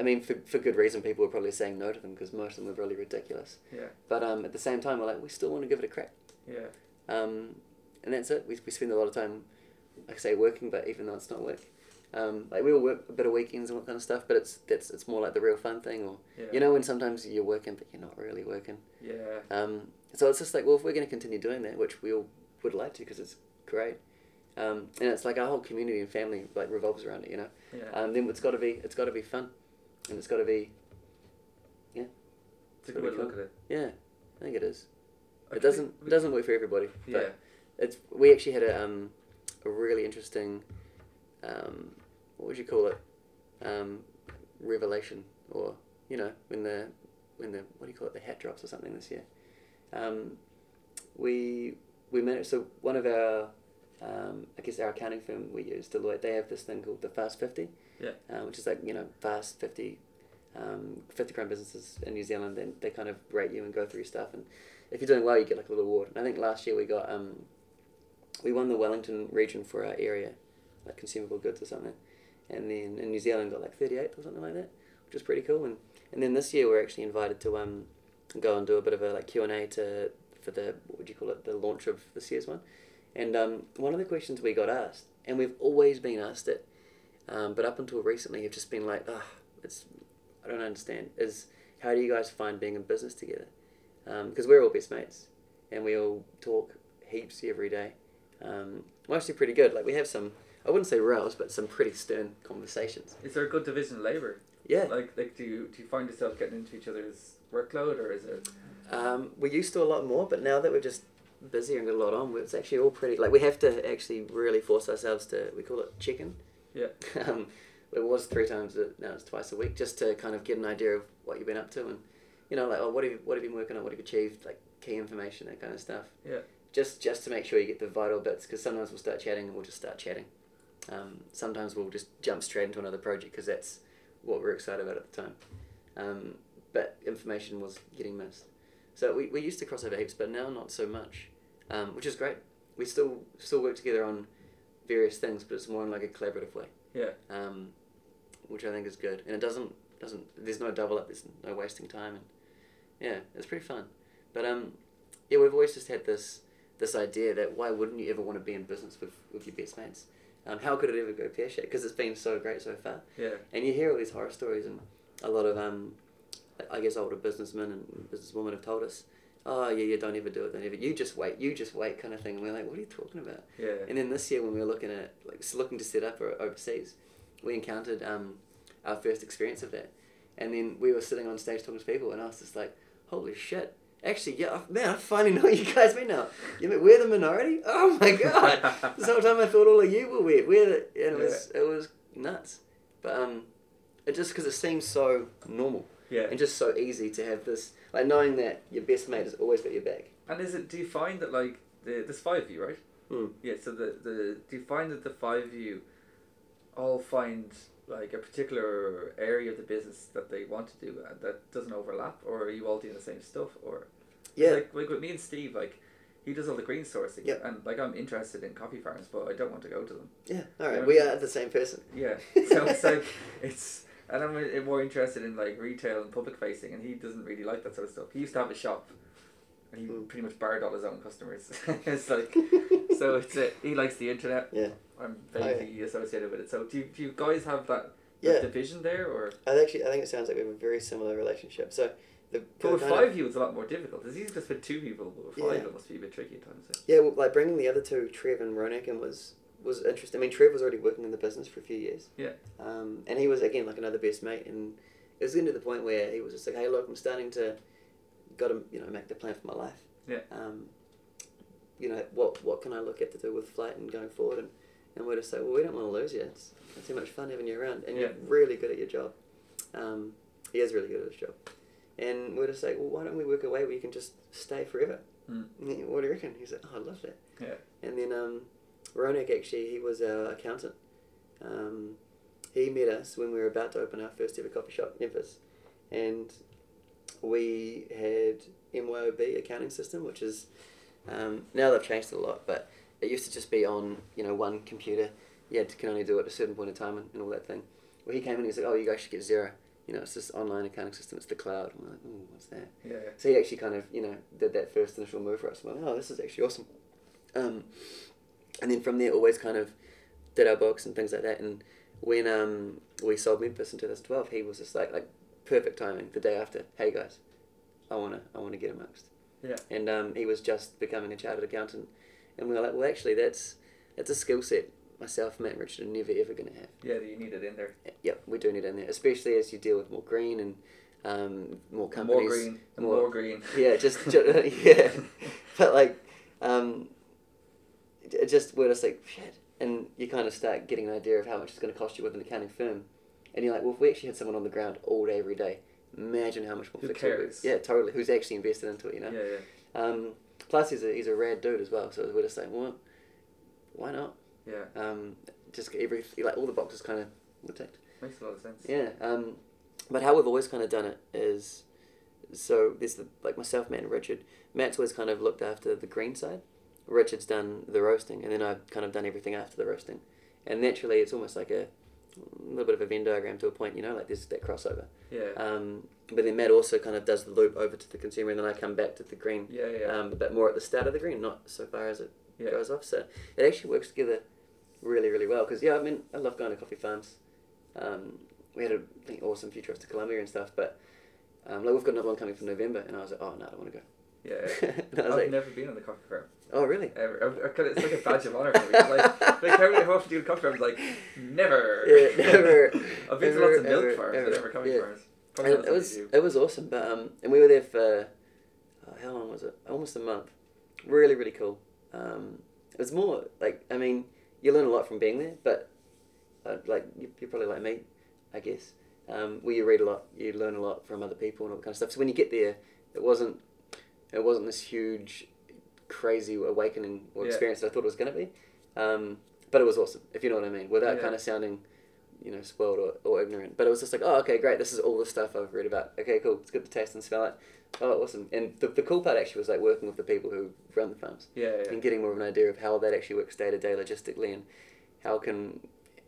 S3: I mean, for, for good reason, people were probably saying no to them because most of them were really ridiculous.
S2: Yeah.
S3: But um, at the same time, we're like, we still want to give it a crack.
S2: Yeah.
S3: Um, and that's it. We, we spend a lot of time, like I say, working, but even though it's not work. Um, like we'll work a bit of weekends and all that kind of stuff, but it's that's it's more like the real fun thing, or
S2: Yeah.
S3: you know, when sometimes you're working but you're not really working.
S2: Yeah.
S3: Um, so it's just like, well, if we're going to continue doing that, which we all would like to, because it's great, um, and it's like our whole community and family like revolves around it, you know.
S2: Yeah.
S3: Um, then it's got to be it's got to be fun, and it's got to be
S2: It's a good way to look at it.
S3: yeah. I think it is.
S2: Okay,
S3: It doesn't
S2: we-
S3: it doesn't work for everybody. but-
S2: Yeah.
S3: it's we actually had a um, a really interesting um, what would you call it um, revelation, or you know, when the when the what do you call it, the hat drops or something this year. Um, we we managed. So one of our um, I guess our accounting firm we use Deloitte. They have this thing called the Fast Fifty,
S2: Yeah.
S3: uh, which is like you know Fast Fifty. Um, 50 grand businesses in New Zealand, then they kind of rate you and go through your stuff. And if you're doing well, you get like a little award. And I think last year we got um, we won the Wellington region for our area, like consumable goods or something. And then in New Zealand got like 38th or something like that, which was pretty cool. And, and then this year we we're actually invited to um, go and do a bit of a like Q and A to for the what would you call it the launch of this year's one. And um, one of the questions we got asked, and we've always been asked it, um, but up until recently have just been like, ah, it's I don't understand. Is how do you guys find being in business together? Because we're all best mates, and we all talk heaps every day um, mostly pretty good. Like we have some, I wouldn't say rows, but some pretty stern conversations.
S2: Is there a good division of labor?
S3: Yeah.
S2: Like, like do you do you find yourself getting into each other's workload, or is it?
S3: Um, we used to a lot more, but now that we're just busier and got a lot on, it's actually all pretty. Like we have to actually really force ourselves to. We call it chicken.
S2: Yeah.
S3: Um, it was three times. A, now it's twice a week, just to kind of get an idea of what you've been up to and, you know, like oh, what have you, what have you been working on, what have you achieved, like key information, that kind of stuff.
S2: Yeah.
S3: just just to make sure you get the vital bits because sometimes we'll start chatting and we'll just start chatting um, sometimes we'll just jump straight into another project because that's what we're excited about at the time um, but information was getting missed so we, we used to cross over heaps but now not so much um, which is great we still still work together on various things but it's more in like a collaborative way
S2: Yeah.
S3: um, which I think is good. And it doesn't doesn't there's no double up. There's no wasting time, and yeah, it's pretty fun. But um, yeah, we've always just had this this idea that why wouldn't you ever want to be in business with with your best mates? Um, how could it ever go pear shaped? Because it's been so great so far.
S2: Yeah.
S3: And you hear all these horror stories, and a lot of um, I guess older businessmen and businesswomen have told us, oh yeah, yeah, don't ever do it, don't ever, you just wait, you just wait, kind of thing. And we're like, what are you talking about?
S2: Yeah.
S3: And then this year, when we were looking at like s- looking to set up o- overseas, we encountered um, our first experience of that. And then we were sitting on stage talking to people, and I was just like, "Holy shit!" Actually, yeah, I- man, I finally know what you guys mean now. You mean we're the minority? Oh my god! this whole time I thought all of you were weird. We're the, and it was it was nuts. But um, it just because it seems so normal
S2: Yeah.
S3: and just so easy to have this like knowing that your best mate has always got your back.
S2: And is it? Do you find that like the there's five of you, right?
S3: Mm.
S2: Yeah. So the the do you find that the five of you all find like a particular area of the business that they want to do and that doesn't overlap, or are you all doing the same stuff, or
S3: Yeah.
S2: like, like with me and Steve, like he does all the green sourcing,
S3: Yeah.
S2: and like I'm interested in coffee farms, but I don't want to go to them.
S3: Yeah, all right.
S2: Yeah.
S3: We are the same person.
S2: Yeah. So it's like it's and I'm really more interested in like retail and public facing and he doesn't really like that sort of stuff. He used to have a shop and he
S3: Mm.
S2: pretty much barred all his own customers. it's like so it's a, he likes the internet.
S3: Yeah.
S2: I'm
S3: Oh, yeah.
S2: vaguely associated with it. So do you, do you guys have that, that
S3: Yeah.
S2: division there or
S3: I actually I think it sounds like we have a very similar relationship. So the
S2: but with
S3: the kind
S2: five
S3: of-
S2: of you it's a lot more difficult. It's easy just with two people, but with five
S3: Yeah.
S2: it must be a bit tricky at times. eh?
S3: yeah, well, like bringing the other two, Trev and Ronak, in was was interesting. I mean, Trev was already working in the business for a few years.
S2: Yeah.
S3: Um, and he was again like another best mate, and it was getting to the point where he was just like, "Hey, look, I'm starting to, got to you know make the plan for my life."
S2: Yeah.
S3: Um, you know what what can I look at to do with flight and going forward, and and we're just like, "Well, we don't want to lose you. It's it's too much fun having you around, and
S2: Yeah.
S3: you're really good at your job." Um, he is really good at his job, and we're just like, "Well, why don't we work away where you can just stay forever?"
S2: Mm.
S3: And he- What do you reckon? He's like, "Oh, I love that."
S2: Yeah.
S3: And then um, Ronak actually, he was our accountant. Um, he met us when we were about to open our first ever coffee shop, Memphis, and we had MYOB accounting system, which is um, now they've changed it a lot, but it used to just be on you know one computer. You had to, can only do it at a certain point in time and, and all that thing. Well, he came in and he was like, "Oh, you guys should get zero. You know, it's this online accounting system. It's the cloud." And we're like, "Ooh, what's that?"
S2: Yeah.
S3: So he actually kind of, you know, did that first initial move for us. We're like, oh, this is actually awesome. Um, and then from there, always kind of did our books and things like that. And when um, we sold Memphis in 2012, he was just like, like perfect timing. The day after, hey guys, I wanna, I wanna get amongst.
S2: Yeah.
S3: And um, he was just becoming a chartered accountant, and we were like, well, actually, that's that's a skill set myself, Matt, and Richard are never ever gonna have
S2: Yeah, you need it in there.
S3: yep, we do need it in there, especially as you deal with more green and um, more companies.
S2: More green and more, green.
S3: Yeah, just ju- yeah, but like, um, it- it just we're just like shit, and you kind of start getting an idea of how much it's going to cost you with an accounting firm, And you're like, well, if we actually had someone on the ground all day, every day, imagine how much more
S2: Who
S3: flexible. it
S2: cares?
S3: is. Yeah, totally. Who's actually invested into it, you know?
S2: Yeah, yeah,
S3: Um, plus, he's a, he's a rad dude as well. So we're just like, well, why not?
S2: yeah.
S3: Um, just every like all the boxes kind of were ticked.
S2: Makes a lot of sense.
S3: Yeah. Um, but how we've always kind of done it is, so there's the, like myself, Matt, and Richard. Matt's always kind of looked after the green side. Richard's done the roasting, and then I've kind of done everything after the roasting. And naturally, it's almost like a little bit of a Venn diagram to a point, you know, like there's that crossover.
S2: Yeah.
S3: Um, but then Matt also kind of does the loop over to the consumer, and then I come back to the green
S2: yeah, yeah.
S3: um, but more at the start of the green, not so far as it
S2: Yeah.
S3: goes off. So it actually works together really, really well. Because yeah, I mean, I love going to coffee farms. Um, we had a thing, awesome future off to Colombia and stuff, but um, like we've got another one coming for November, and I was like, oh no, I don't want to go.
S2: yeah.
S3: And I
S2: I've
S3: was like,
S2: never been on the coffee farm.
S3: oh really?
S2: Ever. I've- I've got- It's like a badge of honor for me. Like, like how, how often do you go to coffee farms? Like, never.
S3: Yeah, never,
S2: I've been to
S3: ever,
S2: lots of milk
S3: ever,
S2: farms,
S3: ever.
S2: but never coffee
S3: Yeah.
S2: farms. Probably
S3: And
S2: not
S3: it was
S2: something you
S3: it was awesome, but um, and we were there for oh, how long was it? Almost a month. Really, really cool. Um, it was more like I mean, you learn a lot from being there, but uh, like you- you're probably like me, I guess. Um, where you read a lot, you learn a lot from other people and all that kind of stuff. So when you get there, it wasn't it wasn't this huge, crazy awakening or
S2: Yeah.
S3: experience that I thought it was going to be. Um, but it was awesome, if you know what I mean, without
S2: Yeah.
S3: kind of sounding, you know, spoiled or, or ignorant. But it was just like, oh, okay, great, this is all the stuff I've read about. Okay, cool, it's good to taste and smell it. Oh, awesome. And the, the cool part actually was like working with the people who run the farms
S2: Yeah, yeah.
S3: and getting more of an idea of how that actually works day to day logistically and how can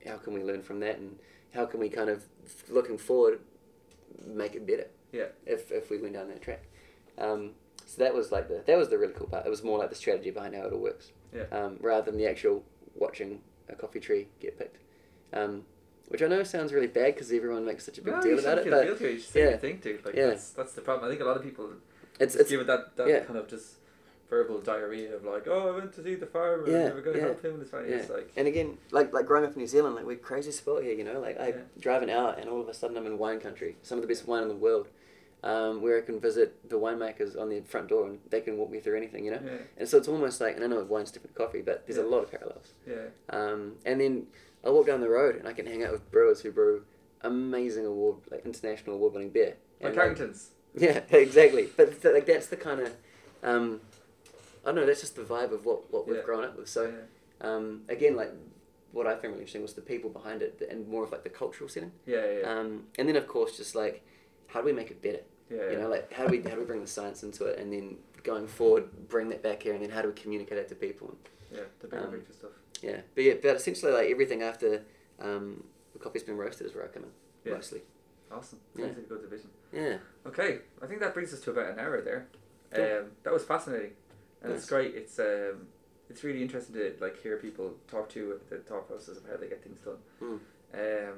S3: how can we learn from that and how can we kind of looking forward make it better
S2: Yeah.
S3: if, if we went down that track um, so that was like the that was the really cool part it was more like the strategy behind how it all works
S2: Yeah.
S3: um, rather than the actual watching a coffee tree get picked um, which I know sounds really bad because everyone makes such a big
S2: No, you
S3: deal
S2: shouldn't
S3: about it
S2: feel
S3: but
S2: guilty. You should say
S3: yeah.
S2: your thing, dude. Like,
S3: Yeah.
S2: that's, that's the problem. I think a lot of people
S3: it's,
S2: just
S3: it's
S2: give it that, that
S3: yeah.
S2: kind of just verbal diarrhea of like, oh, I went to see the farmer.
S3: Yeah,
S2: and we're going to
S3: yeah,
S2: help him. And it's, fine.
S3: yeah.
S2: it's like,
S3: And again, like like growing up in New Zealand, like we're crazy spot here, you know. Like I
S2: Yeah.
S3: drive an hour, and all of a sudden I'm in wine country, some of the best wine in the world, um, where I can visit the winemakers on the front door, and they can walk me through anything, you know.
S2: yeah,
S3: And so it's almost like, and I know wine's different to coffee, but there's
S2: Yeah.
S3: a lot of parallels.
S2: yeah.
S3: Um, and then I walk down the road, and I can hang out with brewers who brew amazing award, like international award-winning beer.
S2: Like
S3: And, like,
S2: Carrington's.
S3: yeah, exactly. But th- like that's the kind of, um, I don't know. That's just the vibe of what what we've
S2: Yeah.
S3: grown up with. So
S2: yeah.
S3: um, again, like what I found really interesting was the people behind it and more of like the cultural setting.
S2: Yeah, yeah, yeah.
S3: Um, and then of course, just like how do we make it better?
S2: yeah,
S3: You
S2: yeah.
S3: know, like how do we how do we bring the science into it, and then going forward, bring that back here, and then how do we communicate it to people?
S2: yeah, the bigger
S3: um,
S2: picture stuff.
S3: Yeah, but yeah, but essentially like everything after um, the coffee's been roasted is where I come in
S2: Yeah.
S3: mostly.
S2: Awesome.
S3: yeah.
S2: Sounds like a good division.
S3: Yeah,
S2: Okay, I think that brings us to about an hour there.
S3: Yeah.
S2: Um, that was fascinating, and it's
S3: Nice.
S2: great. It's um, it's really interesting to like hear people talk to the thought process of how they get things done.
S3: Mm.
S2: Um,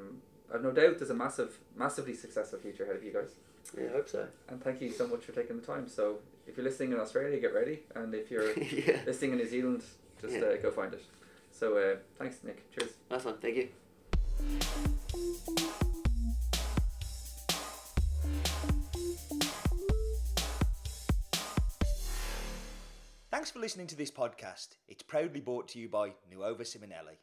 S2: I've no doubt there's a massive, massively successful future ahead of you guys,
S3: yeah, I hope so.
S2: and thank you so much for taking the time. So, if you're listening in Australia, get ready, and if you're
S3: yeah,
S2: listening in New Zealand, just
S3: Yeah.
S2: uh, go find it. So, uh, thanks, Nick. Cheers.
S3: nice one. Thank you.
S1: Thanks for listening to this podcast. It's proudly brought to you by Nuova Simonelli.